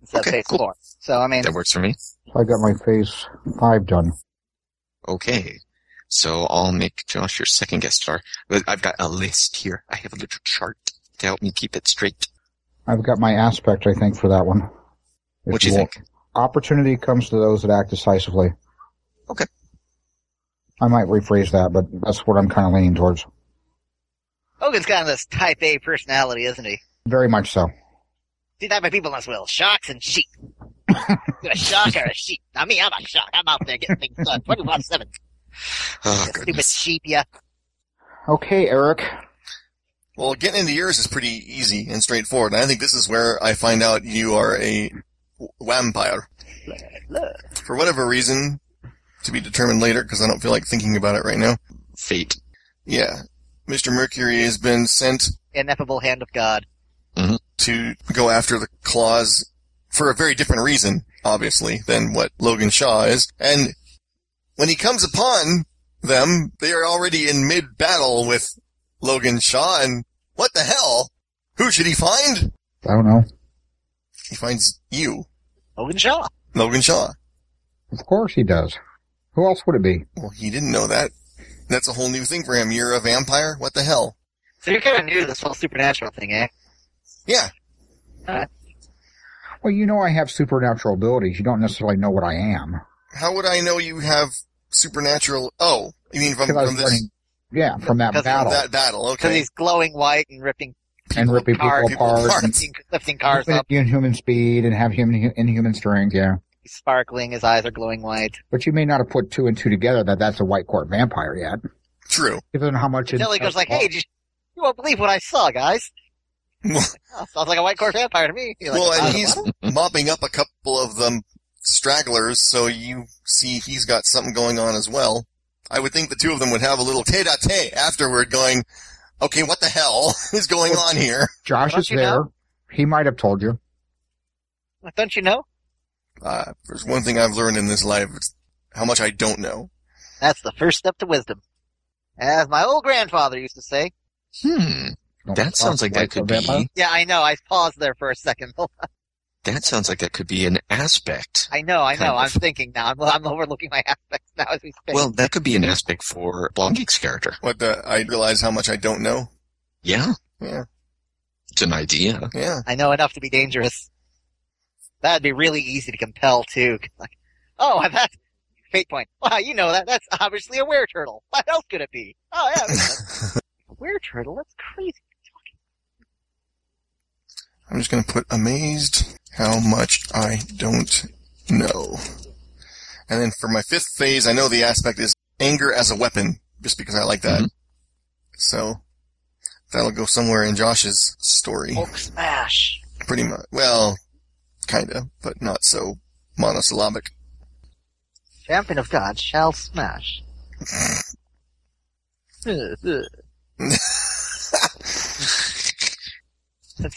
[SPEAKER 3] instead
[SPEAKER 2] Okay,
[SPEAKER 3] of phase
[SPEAKER 2] cool.
[SPEAKER 3] four. So I mean,
[SPEAKER 2] That works for me.
[SPEAKER 4] So I got my phase five done.
[SPEAKER 2] Okay. So I'll make Josh your second guest star. But I've got a list here. I have a little chart to help me keep it straight.
[SPEAKER 4] I've got my aspect, I think, for that one. If
[SPEAKER 2] What do you
[SPEAKER 4] want-
[SPEAKER 2] think?
[SPEAKER 4] Opportunity comes to those that act decisively.
[SPEAKER 2] Okay.
[SPEAKER 4] I might rephrase that, but that's what I'm kind of leaning towards.
[SPEAKER 3] Hogan's got this type A personality, isn't he?
[SPEAKER 4] Very much so.
[SPEAKER 3] See, that my people in this will sharks and sheep. You're a shark or a sheep? Now me, I'm a shark. I'm out there getting things done, twenty-four seven.
[SPEAKER 2] Oh,
[SPEAKER 3] Stupid
[SPEAKER 2] goodness.
[SPEAKER 3] sheep, yeah.
[SPEAKER 4] Okay, Eric.
[SPEAKER 5] Well, getting into yours is pretty easy and straightforward. And I think this is where I find out you are a w- vampire. For whatever reason, to be determined later, because I don't feel like thinking about it right now.
[SPEAKER 2] Fate.
[SPEAKER 5] Yeah. Mr. Mercury has been sent
[SPEAKER 3] Ineffable hand of God.
[SPEAKER 5] to go after the claws for a very different reason, obviously, than what Logan Shaw is. And when he comes upon them, they are already in mid battle with Logan Shaw and what the hell? Who should he find?
[SPEAKER 4] I don't know.
[SPEAKER 5] He finds you,
[SPEAKER 3] Hogan Shaw.
[SPEAKER 5] Logan Shaw.
[SPEAKER 4] Of course he does. Who else would it be?
[SPEAKER 5] Well, he didn't know that. That's a whole new thing for him. You're a vampire? What the hell?
[SPEAKER 3] So you're kind of new to this whole supernatural thing, eh?
[SPEAKER 5] Yeah.
[SPEAKER 4] Well, you know I have supernatural abilities. You don't necessarily know what I am.
[SPEAKER 5] How would I know you have supernatural? Oh, you mean from,
[SPEAKER 4] Because I was
[SPEAKER 5] from this,
[SPEAKER 4] learning, yeah, from that
[SPEAKER 3] Because of
[SPEAKER 4] battle
[SPEAKER 5] that battle?
[SPEAKER 3] Because
[SPEAKER 5] Okay.
[SPEAKER 3] he's glowing white and ripping
[SPEAKER 4] and ripping people
[SPEAKER 3] apart,
[SPEAKER 4] apart,
[SPEAKER 5] people apart.
[SPEAKER 4] and
[SPEAKER 3] lifting, lifting cars up.
[SPEAKER 4] human speed and have human inhuman strength. Yeah,
[SPEAKER 3] He's sparkling. His eyes are glowing white.
[SPEAKER 4] but you may not have put two and two together that that's a white court vampire yet.
[SPEAKER 5] True.
[SPEAKER 4] Given how much it-
[SPEAKER 3] Until he goes like, "Hey, did you, you won't believe what I saw, guys."
[SPEAKER 5] Well-
[SPEAKER 3] Oh, sounds like a white court vampire to me. You're like,
[SPEAKER 5] well,
[SPEAKER 3] "Oh,
[SPEAKER 5] and he's
[SPEAKER 3] what?"
[SPEAKER 5] mopping up a couple of them stragglers, so you see he's got something going on as well. I would think the two of them would have a little tete-a-tete afterward going, okay, what the hell is going on here?
[SPEAKER 4] Josh
[SPEAKER 3] don't
[SPEAKER 4] is
[SPEAKER 3] you
[SPEAKER 4] there.
[SPEAKER 3] know?
[SPEAKER 4] He might have told you.
[SPEAKER 3] don't you know?
[SPEAKER 5] Uh, if there's one thing I've learned in this life, it's how much I don't know.
[SPEAKER 3] That's the first step to wisdom, as my old grandfather used to say.
[SPEAKER 2] Hmm.
[SPEAKER 4] Don't
[SPEAKER 2] That sounds like that
[SPEAKER 4] white
[SPEAKER 2] could
[SPEAKER 4] coat vampire.
[SPEAKER 2] be.
[SPEAKER 3] Yeah, I know. I paused there for a second.
[SPEAKER 2] That sounds like that could be an aspect.
[SPEAKER 3] I know. I
[SPEAKER 2] Kind
[SPEAKER 3] know.
[SPEAKER 2] of.
[SPEAKER 3] I'm thinking now. I'm, I'm overlooking my aspects now as we speak.
[SPEAKER 2] Well, that could be an aspect for Blondie's character.
[SPEAKER 5] What the, I realize how much I don't know.
[SPEAKER 2] Yeah.
[SPEAKER 5] Yeah.
[SPEAKER 2] It's an idea.
[SPEAKER 5] Yeah.
[SPEAKER 3] I know enough to be dangerous. That'd be really easy to compel too. Like, oh, that's fate point. Wow, you know that. That's obviously a were turtle. What else could it be? Oh yeah, a were turtle. That's crazy.
[SPEAKER 5] I'm just going to put amazed how much I don't know. And then for my fifth phase, I know the aspect is anger as a weapon, just because I like that. So that'll go somewhere in Josh's story.
[SPEAKER 3] Hulk smash.
[SPEAKER 5] pretty much. Well, kinda, but not so monosyllabic.
[SPEAKER 3] Champion of God shall smash. That's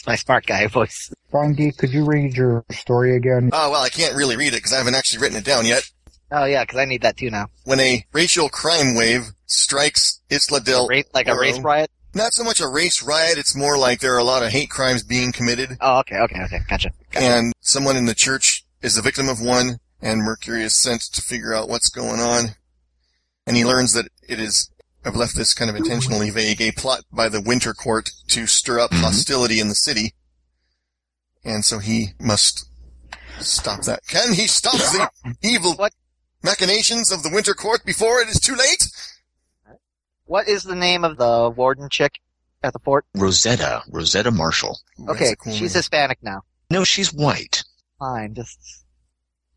[SPEAKER 3] my smart guy voice.
[SPEAKER 4] Bundy, could you read your story again?
[SPEAKER 5] Ah, well, I can't really read it because I haven't actually written it down yet.
[SPEAKER 3] Oh yeah, because I need that too now.
[SPEAKER 5] When a racial crime wave strikes Isla del
[SPEAKER 3] Race, like a
[SPEAKER 5] Oro.
[SPEAKER 3] race riot.
[SPEAKER 5] Not so much a race riot, it's more like there are a lot of hate crimes being committed,
[SPEAKER 3] Oh, okay, okay, okay, gotcha.
[SPEAKER 5] and someone in the church is the victim of one, and Mercury is sent to figure out what's going on. And he learns that it is, I've left this kind of intentionally vague, a plot by the Winter Court to stir up
[SPEAKER 3] Mm-hmm.
[SPEAKER 2] Mhm.
[SPEAKER 5] hostility in the city. And so he must stop that. Can he stop the evil
[SPEAKER 3] What?
[SPEAKER 5] machinations of the Winter Court before it is too late?
[SPEAKER 3] What is the name of the warden chick at the fort?
[SPEAKER 2] Rosetta, Rosetta Marshall.
[SPEAKER 5] Ooh, that's
[SPEAKER 3] Okay,
[SPEAKER 5] a cool
[SPEAKER 3] she's
[SPEAKER 5] name.
[SPEAKER 3] Hispanic now.
[SPEAKER 2] No, she's white.
[SPEAKER 3] Fine, just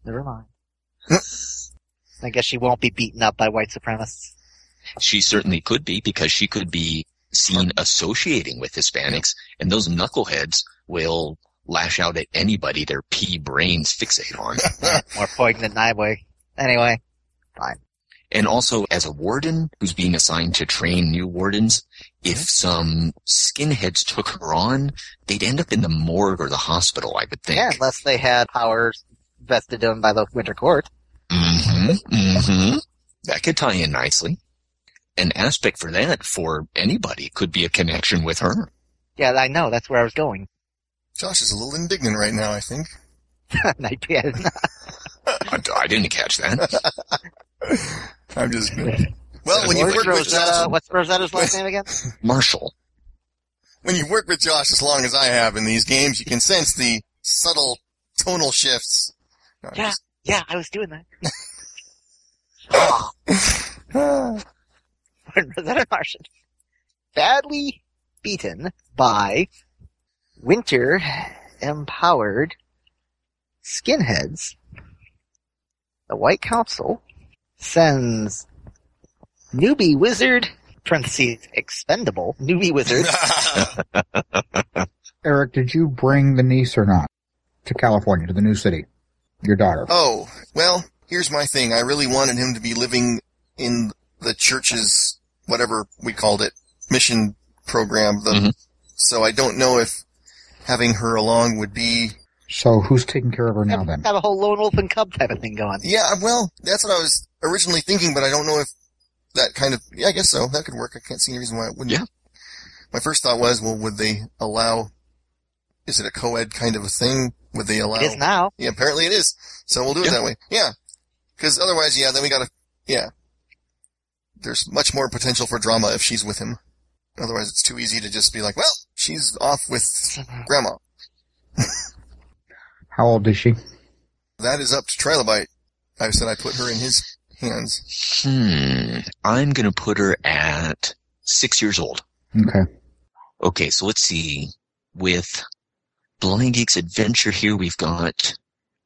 [SPEAKER 3] never mind. I guess she won't be beaten up by white supremacists.
[SPEAKER 2] She certainly could be because she could be seen associating with Hispanics, and those knuckleheads will lash out at anybody their pea brains fixate on.
[SPEAKER 3] More poignant than I would. Anyway,
[SPEAKER 2] And also, as a warden who's being assigned to train new wardens, if some skinheads took her on, they'd end up in the morgue or the hospital, I would think.
[SPEAKER 3] yeah, unless they had powers vested in them by the Winter Court.
[SPEAKER 2] hmm hmm That could tie in nicely. An aspect for that for anybody could be a connection with her.
[SPEAKER 3] Yeah, I know. That's where I was going.
[SPEAKER 5] Josh is a little indignant right now, I think.
[SPEAKER 3] I did.
[SPEAKER 2] I, I didn't catch that.
[SPEAKER 5] I'm just. Well, when you
[SPEAKER 3] Where's
[SPEAKER 5] work with
[SPEAKER 3] Rosetta?
[SPEAKER 5] Josh,
[SPEAKER 3] What's Rosetta's last name again?
[SPEAKER 2] Marshall.
[SPEAKER 5] when you work with Josh as long as I have in these games, you can sense the subtle tonal shifts. No, I'm
[SPEAKER 3] Yeah.
[SPEAKER 5] just-
[SPEAKER 3] Yeah, I was doing that. when Rosetta Martian badly beaten by winter empowered skinheads, the White Council sends newbie wizard parentheses expendable newbie wizard
[SPEAKER 4] Eric, did you bring the niece or not to California, to the new city? Your daughter.
[SPEAKER 5] oh, well, here's my thing. I really wanted him to be living in the church's whatever we called it mission program. The,
[SPEAKER 2] Mhm.
[SPEAKER 5] So I don't know if having her along would be
[SPEAKER 4] So who's taking care of her now then?
[SPEAKER 3] have a whole lone wolf and cub type of thing going.
[SPEAKER 5] Yeah, well, that's what I was originally thinking, but I don't know if that kind of. Yeah, I guess so. That could work. I can't see any reason why it wouldn't.
[SPEAKER 2] Yeah.
[SPEAKER 5] My first thought was, well, would they allow? Is it a co-ed kind of a thing? Would they allow?
[SPEAKER 3] It is now.
[SPEAKER 5] Yeah, apparently it is. So we'll do it
[SPEAKER 2] Yeah.
[SPEAKER 5] that way. Yeah. Because otherwise, yeah, then we gotta. Yeah. There's much more potential for drama if she's with him. Otherwise, it's too easy to just be like, well, she's off with grandma.
[SPEAKER 4] How old is she?
[SPEAKER 5] That is up to Trilobite. I said I put her in his hands.
[SPEAKER 2] Hmm. I'm going to put her at six years old.
[SPEAKER 4] Okay.
[SPEAKER 2] Okay, so let's see. With Blind Geek's Adventure here, we've got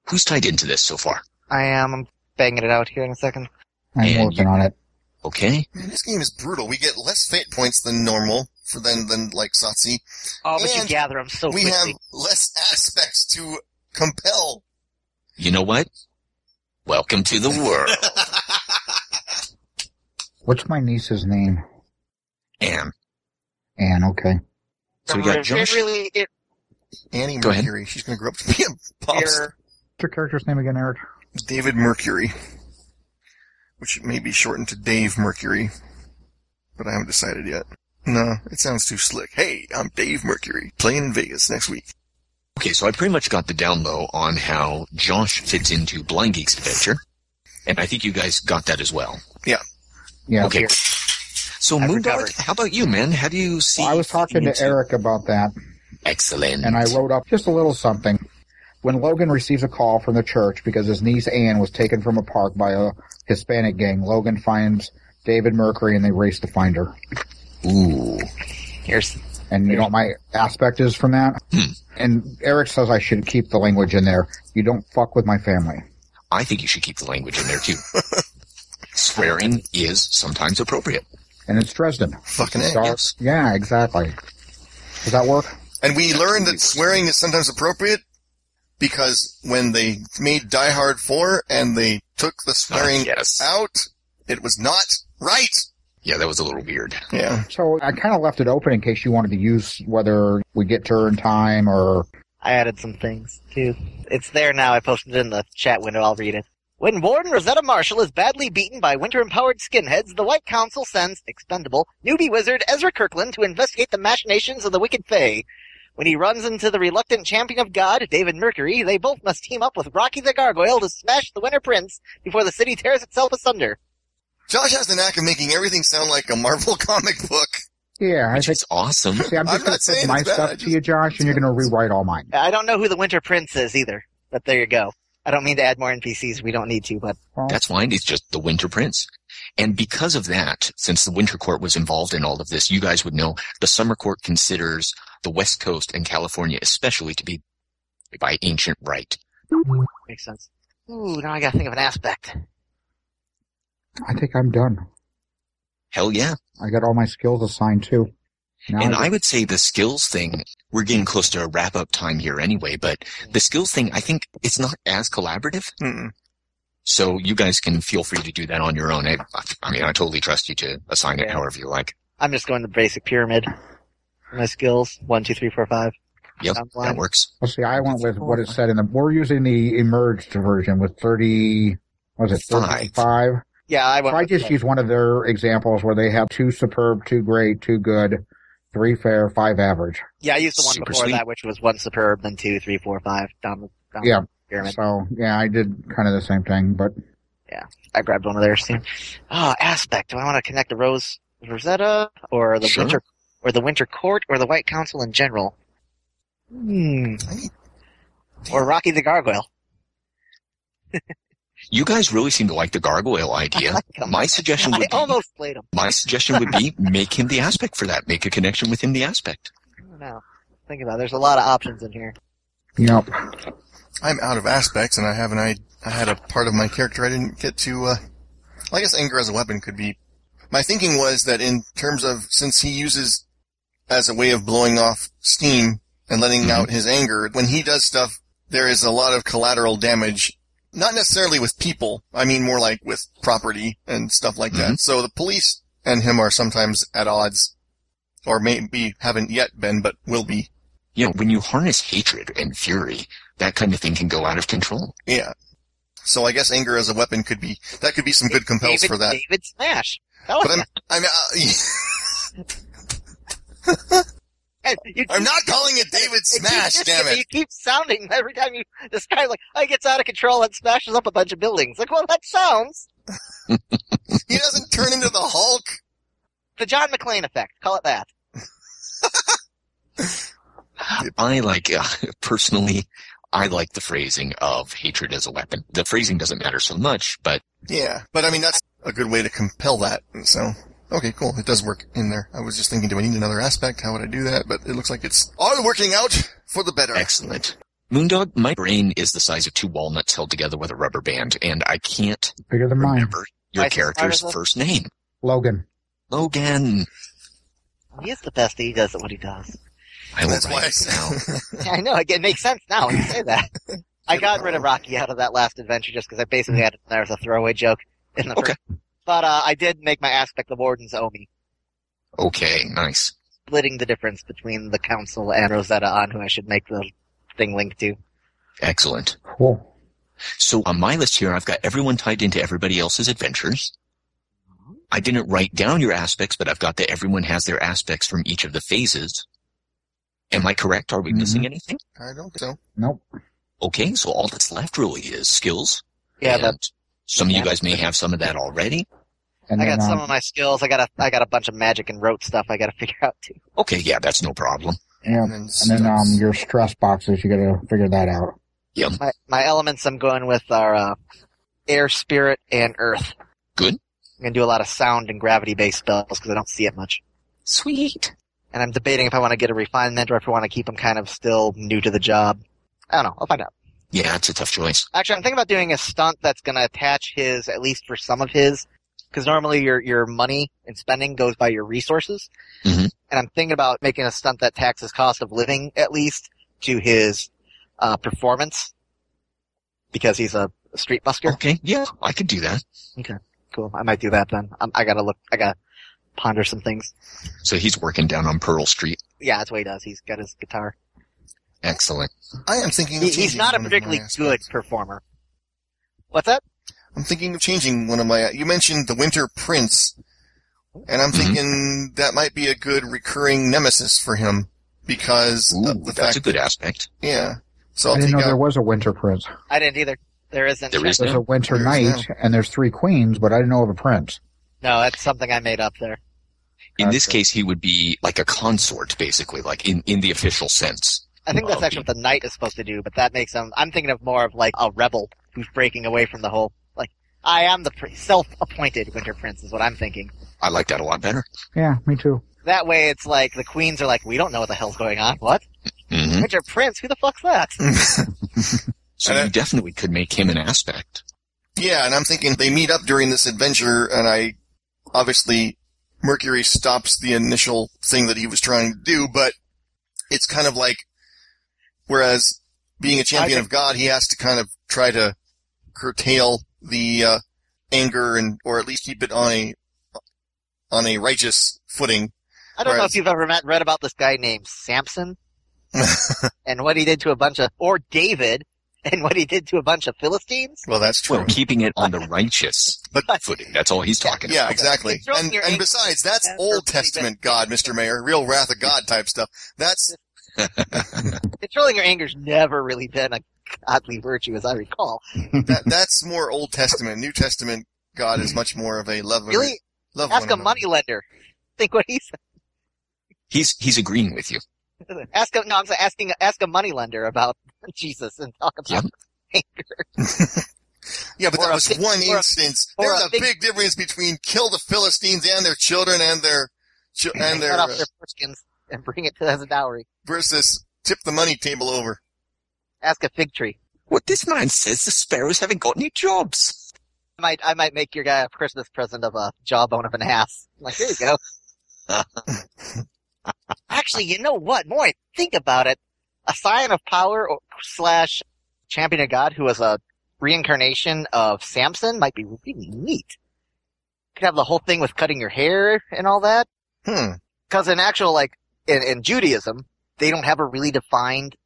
[SPEAKER 2] who's tied into this so far?
[SPEAKER 3] I am I'm banging it out here in a second.
[SPEAKER 4] I'm
[SPEAKER 2] And
[SPEAKER 4] working on it.
[SPEAKER 2] Okay.
[SPEAKER 5] Man, this game is brutal. We get less fate points than normal for than than like Satsi.
[SPEAKER 3] Oh, but you
[SPEAKER 5] And
[SPEAKER 3] gather them so
[SPEAKER 5] We
[SPEAKER 3] quickly.
[SPEAKER 5] have less aspects to compel.
[SPEAKER 2] You know what? Welcome to the world,
[SPEAKER 4] What's my niece's name?
[SPEAKER 2] Anne.
[SPEAKER 4] Anne, okay.
[SPEAKER 2] So we got Josh.
[SPEAKER 3] It really it
[SPEAKER 5] Annie
[SPEAKER 2] Go ahead.
[SPEAKER 5] Mercury. She's going to grow up to be a pop. star.
[SPEAKER 4] What's your character's name again, Eric?
[SPEAKER 5] David Mercury, which may be shortened to Dave Mercury, but I haven't decided yet. No, it sounds too slick. Hey, I'm Dave Mercury, playing in Vegas next week.
[SPEAKER 2] Okay, so I pretty much got the down low on how Josh fits into Blind Geek's Adventure, and I think you guys got that as well.
[SPEAKER 4] Yeah.
[SPEAKER 2] Okay.
[SPEAKER 3] here.
[SPEAKER 2] So
[SPEAKER 3] I've
[SPEAKER 2] Moondog,
[SPEAKER 3] recovered.
[SPEAKER 2] how about you, man? How do you see?
[SPEAKER 4] Well, I was talking to
[SPEAKER 2] into-
[SPEAKER 4] Eric about that,
[SPEAKER 2] Excellent.
[SPEAKER 4] and I wrote up just a little something. When Logan receives a call from the church because his niece Anne was taken from a park by a Hispanic gang, Logan finds David Mercury and they race to find her.
[SPEAKER 2] Ooh.
[SPEAKER 3] Here's
[SPEAKER 4] And you know what my aspect is from that?
[SPEAKER 2] Hmm.
[SPEAKER 4] And Eric says I should keep the language in there. You don't fuck with my family.
[SPEAKER 2] I think you should keep the language in there too. Swearing is sometimes appropriate.
[SPEAKER 4] And it's Dresden.
[SPEAKER 5] Fucking
[SPEAKER 4] It's
[SPEAKER 5] A.
[SPEAKER 4] dark. Yeah, exactly. Does that work?
[SPEAKER 5] And we learned that swearing is sometimes appropriate because when they made Die Hard 4 and they took the swearing
[SPEAKER 2] Ah, yes.
[SPEAKER 5] out, it was not right.
[SPEAKER 2] Yeah, that was a little weird.
[SPEAKER 5] Yeah.
[SPEAKER 4] So I kind of left it open in case you wanted to use whether we get to her in time or
[SPEAKER 3] I added some things too. It's there now. I posted it in the chat window. I'll read it. When Warden Rosetta Marshall is badly beaten by winter-empowered skinheads, the White Council sends expendable newbie wizard Ezra Kirkland to investigate the machinations of the Wicked Fae. When he runs into the reluctant champion of God, David Mercury, they both must team up with Rocky the Gargoyle to smash the Winter Prince before the city tears itself asunder.
[SPEAKER 5] Josh has the knack of making everything sound like a Marvel comic book.
[SPEAKER 4] yeah. I
[SPEAKER 2] Which
[SPEAKER 4] think,
[SPEAKER 2] is awesome.
[SPEAKER 4] see, I'm
[SPEAKER 5] I'm
[SPEAKER 4] just going
[SPEAKER 5] not
[SPEAKER 4] to
[SPEAKER 5] saying
[SPEAKER 4] send my
[SPEAKER 5] it's bad,
[SPEAKER 4] stuff
[SPEAKER 5] I
[SPEAKER 4] to
[SPEAKER 5] just-
[SPEAKER 4] you, Josh, and you're going to rewrite all mine.
[SPEAKER 3] I don't know who the Winter Prince is either, but there you go. I don't mean to add more NPCs. We don't need to, but
[SPEAKER 2] That's fine. It's just the Winter Prince. And because of that, since the Winter Court was involved in all of this, you guys would know the Summer Court considers the West Coast and California especially to be by ancient right.
[SPEAKER 3] makes sense. Ooh, now I gotta think of an aspect.
[SPEAKER 4] I think I'm done.
[SPEAKER 2] Hell yeah.
[SPEAKER 4] I got all my skills assigned too. Now
[SPEAKER 2] And
[SPEAKER 4] I-
[SPEAKER 2] I would say the skills thing, we're getting close to a wrap up time here anyway, but the skills thing, I think it's not as collaborative.
[SPEAKER 5] Mm-mm.
[SPEAKER 2] So you guys can feel free to do that on your own. I, I mean, I totally trust you to assign it
[SPEAKER 3] Yeah.
[SPEAKER 2] however you like.
[SPEAKER 3] I'm just going the basic pyramid. My skills one, two, three, four, five.
[SPEAKER 2] Yep,
[SPEAKER 3] Sounds like-
[SPEAKER 2] that works.
[SPEAKER 4] Let's see. I went with what it said in the. We're using the emerged version with thirty. what Was it
[SPEAKER 2] Five.
[SPEAKER 4] thirty-five?
[SPEAKER 3] Yeah, I went.
[SPEAKER 4] I
[SPEAKER 3] with
[SPEAKER 4] just
[SPEAKER 3] that.
[SPEAKER 4] use one of their examples where they have two superb, two great, two good, three fair, five average.
[SPEAKER 3] yeah, I used the one
[SPEAKER 2] Super
[SPEAKER 3] before
[SPEAKER 2] sweet.
[SPEAKER 3] that, which was one superb, then two, three, four, five down the, down
[SPEAKER 4] Yeah.
[SPEAKER 3] the pyramid.
[SPEAKER 4] So yeah, I did kind of the same thing, but
[SPEAKER 3] I grabbed one of theirs too. Ah, aspect. Do I want to connect the Rose with Rosetta or the
[SPEAKER 2] Sure.
[SPEAKER 3] Winter or the Winter Court or the White Council in general? Hmm. Or Rocky the Gargoyle.
[SPEAKER 2] You guys really seem to like the gargoyle idea.
[SPEAKER 3] Come
[SPEAKER 2] My
[SPEAKER 3] on.
[SPEAKER 2] suggestion
[SPEAKER 3] I
[SPEAKER 2] would be
[SPEAKER 3] almost played him.
[SPEAKER 2] My suggestion would be make him the aspect for that. Make a connection within the aspect.
[SPEAKER 3] I don't know. Think about it. There's a lot of options in here.
[SPEAKER 4] yep.
[SPEAKER 5] I'm out of aspects, and I haven't. I I had a part of my character I didn't get to. Uh, well, I guess anger as a weapon could be. My thinking was that in terms of since he uses as a way of blowing off steam and letting
[SPEAKER 2] Mhm.
[SPEAKER 5] out his anger, when he does stuff, there is a lot of collateral damage. Not necessarily with people. I mean, more like with property and stuff like that. So the police and him are sometimes at odds, or maybe haven't yet been, but will be.
[SPEAKER 2] You know, when you harness hatred and fury, that kind of thing can go out of control.
[SPEAKER 5] Yeah. So I guess anger as a weapon could be that could be some good compels
[SPEAKER 3] David,
[SPEAKER 5] for that.
[SPEAKER 3] David Smash. That was
[SPEAKER 5] But I'm I'm uh,
[SPEAKER 3] And you keep-
[SPEAKER 5] I'm not calling it David
[SPEAKER 3] you keep
[SPEAKER 5] Smash,
[SPEAKER 3] just-
[SPEAKER 5] damn
[SPEAKER 3] You
[SPEAKER 5] it.
[SPEAKER 3] keep sounding every time you describe like, oh, he gets out of control and smashes up a bunch of buildings. Like, well, that sounds
[SPEAKER 5] He doesn't turn into the Hulk.
[SPEAKER 3] the John McClane effect. Call it that.
[SPEAKER 2] I like, uh, personally, I like the phrasing of hatred as a weapon. The phrasing doesn't matter so much, but
[SPEAKER 5] Yeah. But I mean that's a good way to compel that. So okay, cool. It does work in there. I was just thinking, do I need another aspect? How would I do that? But it looks like it's all working out for the better.
[SPEAKER 2] excellent. Moondog, my brain is the size of two walnuts held together with a rubber band, and I can't
[SPEAKER 4] Bigger than mine.
[SPEAKER 2] remember your
[SPEAKER 3] Nice and smart
[SPEAKER 2] character's
[SPEAKER 3] as well.
[SPEAKER 2] first name.
[SPEAKER 4] Logan.
[SPEAKER 2] Logan.
[SPEAKER 3] He is the best. that He does what he does.
[SPEAKER 2] I will
[SPEAKER 5] That's why.
[SPEAKER 2] write it down.
[SPEAKER 5] I-
[SPEAKER 3] Yeah, I know. It it makes sense now when you say that. I got rid of Rocky out of that last adventure just because I basically had it there as a throwaway joke in the
[SPEAKER 2] Okay.
[SPEAKER 3] first. But uh, I did make my aspect the Warden's Omi,
[SPEAKER 2] Okay, nice.
[SPEAKER 3] splitting the difference between the Council and Rosetta on who I should make the thing link to.
[SPEAKER 2] Excellent.
[SPEAKER 4] Cool.
[SPEAKER 2] So on my list here, I've got everyone tied into everybody else's adventures. I didn't write down your aspects, but I've got that everyone has their aspects from each of the phases. Am I correct? Are we missing anything?
[SPEAKER 5] I don't think so.
[SPEAKER 4] Nope.
[SPEAKER 2] Okay, so all that's left really is skills.
[SPEAKER 3] Yeah,
[SPEAKER 2] and
[SPEAKER 3] the
[SPEAKER 2] some of you
[SPEAKER 3] yeah.
[SPEAKER 2] guys may have some of that already.
[SPEAKER 4] And
[SPEAKER 3] I got
[SPEAKER 4] um,
[SPEAKER 3] some of my skills. I got a I got a bunch of magic and rote stuff. I got to figure out too.
[SPEAKER 2] Okay, yeah, that's no problem.
[SPEAKER 4] yeah.
[SPEAKER 5] And then,
[SPEAKER 4] And then um, your stress boxes. You got to figure that out.
[SPEAKER 3] My my elements I'm going with are uh, air, spirit, and earth.
[SPEAKER 2] Good.
[SPEAKER 3] I'm gonna do a lot of sound and gravity based spells because I don't see it much.
[SPEAKER 2] Sweet.
[SPEAKER 3] And I'm debating if I want to get a refinement or if I want to keep them kind of still new to the job. I don't know. I'll find out.
[SPEAKER 2] Yeah, it's a tough choice.
[SPEAKER 3] Actually, I'm thinking about doing a stunt that's gonna attach his at least for some of his because normally your your money and spending goes by your resources.
[SPEAKER 2] Mhm.
[SPEAKER 3] and I'm thinking about making a stunt that taxes cost of living at least to his uh, performance because he's a street busker.
[SPEAKER 2] Okay, yeah, I could do that.
[SPEAKER 3] Cool. I might do that then. Um, I gotta look. I gotta ponder some things.
[SPEAKER 2] So he's working down on Pearl Street.
[SPEAKER 3] Yeah, that's what he does. He's got his guitar.
[SPEAKER 2] Excellent.
[SPEAKER 5] I am thinking. Of
[SPEAKER 3] He, he's
[SPEAKER 5] changing
[SPEAKER 3] not a
[SPEAKER 5] one of
[SPEAKER 3] particularly
[SPEAKER 5] my
[SPEAKER 3] good
[SPEAKER 5] aspects.
[SPEAKER 3] performer. What's that?
[SPEAKER 5] I'm thinking of changing one of my. uh, You mentioned the Winter Prince, and I'm
[SPEAKER 2] Mhm.
[SPEAKER 5] thinking that might be a good recurring nemesis for him because
[SPEAKER 2] Ooh,
[SPEAKER 5] of the
[SPEAKER 2] Uh, that's
[SPEAKER 5] fact.
[SPEAKER 2] a good aspect.
[SPEAKER 5] yeah. So
[SPEAKER 4] I
[SPEAKER 5] I'll
[SPEAKER 4] didn't
[SPEAKER 5] take
[SPEAKER 4] know there
[SPEAKER 5] out.
[SPEAKER 4] was a winter prince.
[SPEAKER 3] I didn't either. There isn't.
[SPEAKER 2] There is
[SPEAKER 4] There's
[SPEAKER 2] no-
[SPEAKER 4] a winter
[SPEAKER 5] There's
[SPEAKER 4] knight, and there's three queens, but I didn't know of a prince.
[SPEAKER 3] No, that's something I made up there.
[SPEAKER 2] In this
[SPEAKER 4] Gotcha.
[SPEAKER 2] case, he would be like a consort, basically, like in, in the official sense.
[SPEAKER 3] I think that's
[SPEAKER 2] Okay.
[SPEAKER 3] actually what the knight is supposed to do, but that makes him. I'm thinking of more of like a rebel who's breaking away from the whole. Like I am the pr- self-appointed Winter Prince is what I'm thinking.
[SPEAKER 2] I like that a lot better.
[SPEAKER 4] Yeah, me too.
[SPEAKER 3] That way, it's like the queens are like, we don't know what the hell's going on. What
[SPEAKER 2] hmm
[SPEAKER 3] Winter Prince? Who the fuck's that?
[SPEAKER 2] So
[SPEAKER 5] And I-
[SPEAKER 2] you definitely could make him an aspect.
[SPEAKER 5] Yeah, and I'm thinking they meet up during this adventure, and I obviously Mercury stops the initial thing that he was trying to do, but it's kind of like whereas being a champion of God, he has to kind of try to curtail the uh, anger and or at least keep it on a on a righteous footing.
[SPEAKER 3] I don't know
[SPEAKER 5] Whereas-
[SPEAKER 3] if you've ever met, read about this guy named Samson and what he did to a bunch of, or David and what he did to a bunch of Philistines.
[SPEAKER 5] Well, that's true.
[SPEAKER 2] Well, keeping it on the righteous
[SPEAKER 5] But-
[SPEAKER 2] footing. That's all he's talking
[SPEAKER 5] Yeah,
[SPEAKER 2] about.
[SPEAKER 5] exactly.
[SPEAKER 3] Throw
[SPEAKER 5] And,
[SPEAKER 3] your
[SPEAKER 5] and
[SPEAKER 3] anger
[SPEAKER 5] besides, that's
[SPEAKER 3] at
[SPEAKER 5] Old
[SPEAKER 3] the pretty
[SPEAKER 5] Testament
[SPEAKER 3] bit.
[SPEAKER 5] God, Mr. Mayor, real wrath of God type stuff. That's
[SPEAKER 3] Controlling your anger's never really been a godly virtue, as I recall.
[SPEAKER 5] that, that's more Old Testament. New Testament God is much more of a love. of-
[SPEAKER 3] Really?
[SPEAKER 5] Love
[SPEAKER 3] Ask
[SPEAKER 5] one
[SPEAKER 3] a
[SPEAKER 5] another.
[SPEAKER 3] moneylender. Think what he said.
[SPEAKER 2] He's he's agreeing with you.
[SPEAKER 3] Ask a, no, I'm sorry, asking, ask a moneylender about Jesus and talk about
[SPEAKER 5] Yeah, but
[SPEAKER 3] or
[SPEAKER 5] that
[SPEAKER 3] a
[SPEAKER 5] was
[SPEAKER 3] big-
[SPEAKER 5] one
[SPEAKER 3] or a-
[SPEAKER 5] instance.
[SPEAKER 3] or
[SPEAKER 5] There's
[SPEAKER 3] a
[SPEAKER 5] a
[SPEAKER 3] big-
[SPEAKER 5] big difference between kill the Philistines and their children and their chi- and their
[SPEAKER 3] cut off
[SPEAKER 5] uh,
[SPEAKER 3] their foreskins and bring it to as a dowry.
[SPEAKER 5] versus tip the money table over.
[SPEAKER 3] Ask a fig tree.
[SPEAKER 2] What this man says, the sparrows haven't got any jobs.
[SPEAKER 3] I might, I might make your guy a Christmas present of a jawbone of an ass. I'm like, there you go. Actually, you know what? More I think about it, a scion of power or, slash champion of God who was a reincarnation of Samson might be really neat. Could have the whole thing with cutting your hair and all that.
[SPEAKER 5] Hmm.
[SPEAKER 3] Because in actual, like, in, in Judaism, they don't have a really defined,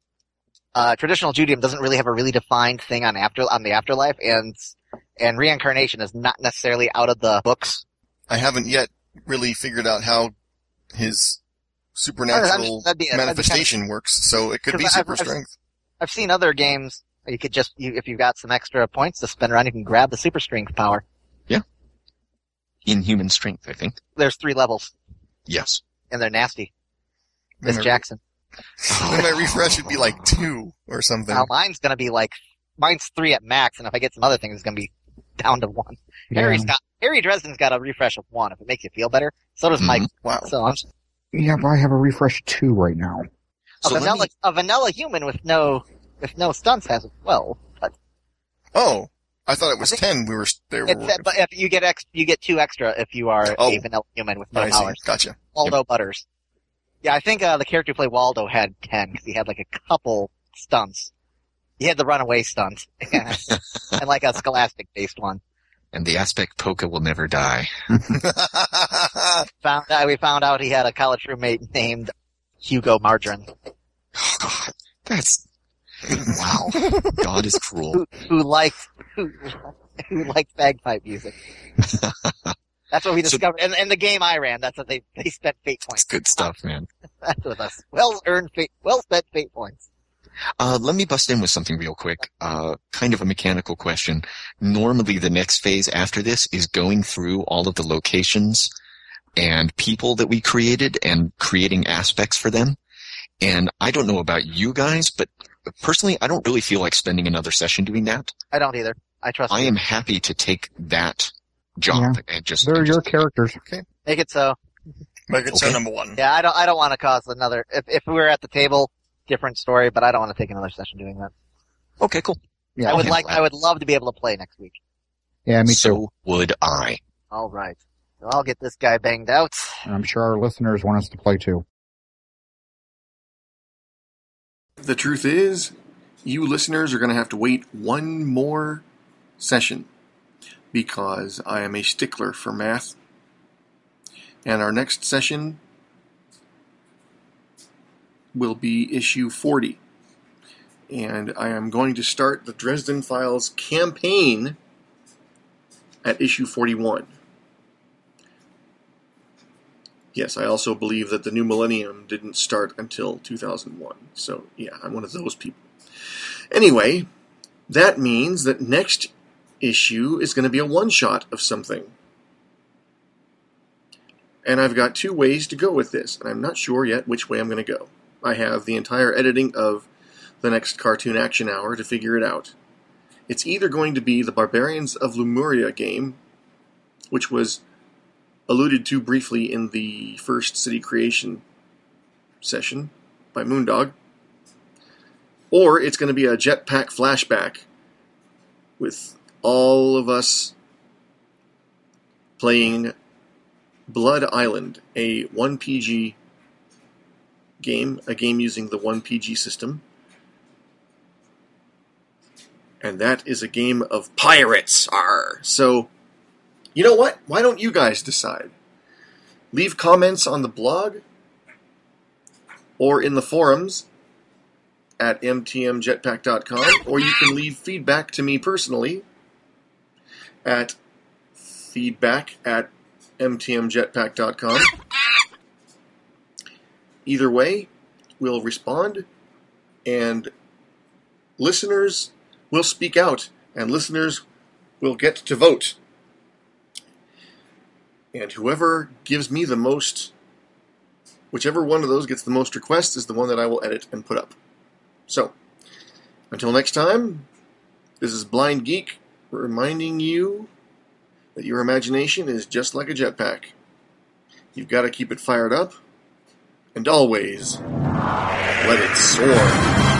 [SPEAKER 3] uh, traditional Judaism doesn't really have a really defined thing on after, on the afterlife, and, and reincarnation is not necessarily out of the books.
[SPEAKER 5] I haven't yet really figured out how his
[SPEAKER 3] I
[SPEAKER 5] supernatural
[SPEAKER 3] mean, that'd be- that'd be kind of-
[SPEAKER 5] manifestation works, so it could be
[SPEAKER 3] Because I-
[SPEAKER 5] super
[SPEAKER 3] I've-
[SPEAKER 5] strength.
[SPEAKER 3] I've seen other games, you could just, you, if you've got some extra points to spend around, you can grab the super strength power.
[SPEAKER 2] In human strength, I think.
[SPEAKER 3] There's three levels,
[SPEAKER 2] Yes.
[SPEAKER 3] and they're nasty. Miss
[SPEAKER 5] Then
[SPEAKER 3] Jackson.
[SPEAKER 5] Then my refresh would be like two or something.
[SPEAKER 3] Now mine's gonna be like, mine's three at max, and if I get some other things, it's gonna be down to one. Harry's got, Harry Dresden's got a refresh of one, if it makes you feel better. So does Mike.
[SPEAKER 5] Mm-hmm. Wow.
[SPEAKER 3] So I'm
[SPEAKER 4] Yeah, but I have a refresh two right now.
[SPEAKER 3] A
[SPEAKER 2] So let
[SPEAKER 3] vanilla,
[SPEAKER 2] me-
[SPEAKER 3] a vanilla human with no with no stunts has it. Well, but
[SPEAKER 5] Oh, I thought it was
[SPEAKER 3] I think-
[SPEAKER 5] ten. We were s- there.
[SPEAKER 3] it's, but if you get ex, you get two extra if you are
[SPEAKER 5] Oh.
[SPEAKER 3] a vanilla human with no
[SPEAKER 5] I see.
[SPEAKER 3] powers.
[SPEAKER 5] Gotcha.
[SPEAKER 3] Waldo Butters. Yeah, I think uh, the character who played Waldo had ten because he had like a couple stunts. He had the runaway stunt and like a scholastic based one.
[SPEAKER 2] And the aspect Poca will never die.
[SPEAKER 3] Found out we found out he had a college roommate named Hugo Margarine
[SPEAKER 2] Oh God, that's wow. God is cruel.
[SPEAKER 3] who who liked who who liked bagpipe music. That's what we
[SPEAKER 2] So-
[SPEAKER 3] discovered. and, and the game I ran, that's what they, they spent fate
[SPEAKER 2] It's
[SPEAKER 3] points.
[SPEAKER 2] good stuff, man.
[SPEAKER 3] That's with us. Well earned fate, well spent fate points.
[SPEAKER 2] Uh, let me bust in with something real quick. Uh, kind of a mechanical question. Normally, the next phase after this is going through all of the locations and people that we created and creating aspects for them. And I don't know about you guys, but personally, I don't really feel like spending another session doing that.
[SPEAKER 3] I don't either. I trust
[SPEAKER 2] I
[SPEAKER 3] you.
[SPEAKER 2] am happy to take that job and just,
[SPEAKER 4] They're
[SPEAKER 2] and
[SPEAKER 4] your
[SPEAKER 2] just
[SPEAKER 4] characters.
[SPEAKER 3] Make it so.
[SPEAKER 5] Make it so
[SPEAKER 2] Okay.
[SPEAKER 5] number one.
[SPEAKER 3] Yeah, I don't, I don't want to cause another, if, if we were at the table, different story, but I don't want to take another session doing that.
[SPEAKER 2] okay, cool.
[SPEAKER 4] Yeah,
[SPEAKER 3] I would
[SPEAKER 2] I'll
[SPEAKER 3] like,
[SPEAKER 2] handle that.
[SPEAKER 3] I would love to be able to play next week.
[SPEAKER 4] yeah, me too.
[SPEAKER 2] so would I.
[SPEAKER 3] All right. So I'll get this guy banged out.
[SPEAKER 4] And I'm sure our listeners want us to play too.
[SPEAKER 1] The truth is, you listeners are going to have to wait one more session because I am a stickler for math. And our next session will be issue 40. And I am going to start the Dresden Files campaign at issue 41. Yes, I also believe that the new millennium didn't start until 2001. So, yeah, I'm one of those people. Anyway, that means that next issue is going to be a one shot of something. And I've got two ways to go with this, and I'm not sure yet which way I'm going to go. I have the entire editing of the next Cartoon Action Hour to figure it out. It's either going to be the Barbarians of Lemuria game, which was alluded to briefly in the first city creation session by Moondog, or it's going to be a jetpack flashback with all of us playing Blood Island, a 1PG game, a game using the 1PG system. And that is a game of pirates. Are so. You know what? Why don't you guys decide? Leave comments on the blog or in the forums at mtmjetpack.com, or you can leave feedback to me personally at feedback at mtmjetpack.com. Either way, we'll respond, and listeners will speak out, and listeners will get to vote. And whoever gives me the most, whichever one of those gets the most requests, is the one that I will edit and put up. So, until next time, this is Blind Geek reminding you that your imagination is just like a jetpack. You've got to keep it fired up, and always let it soar.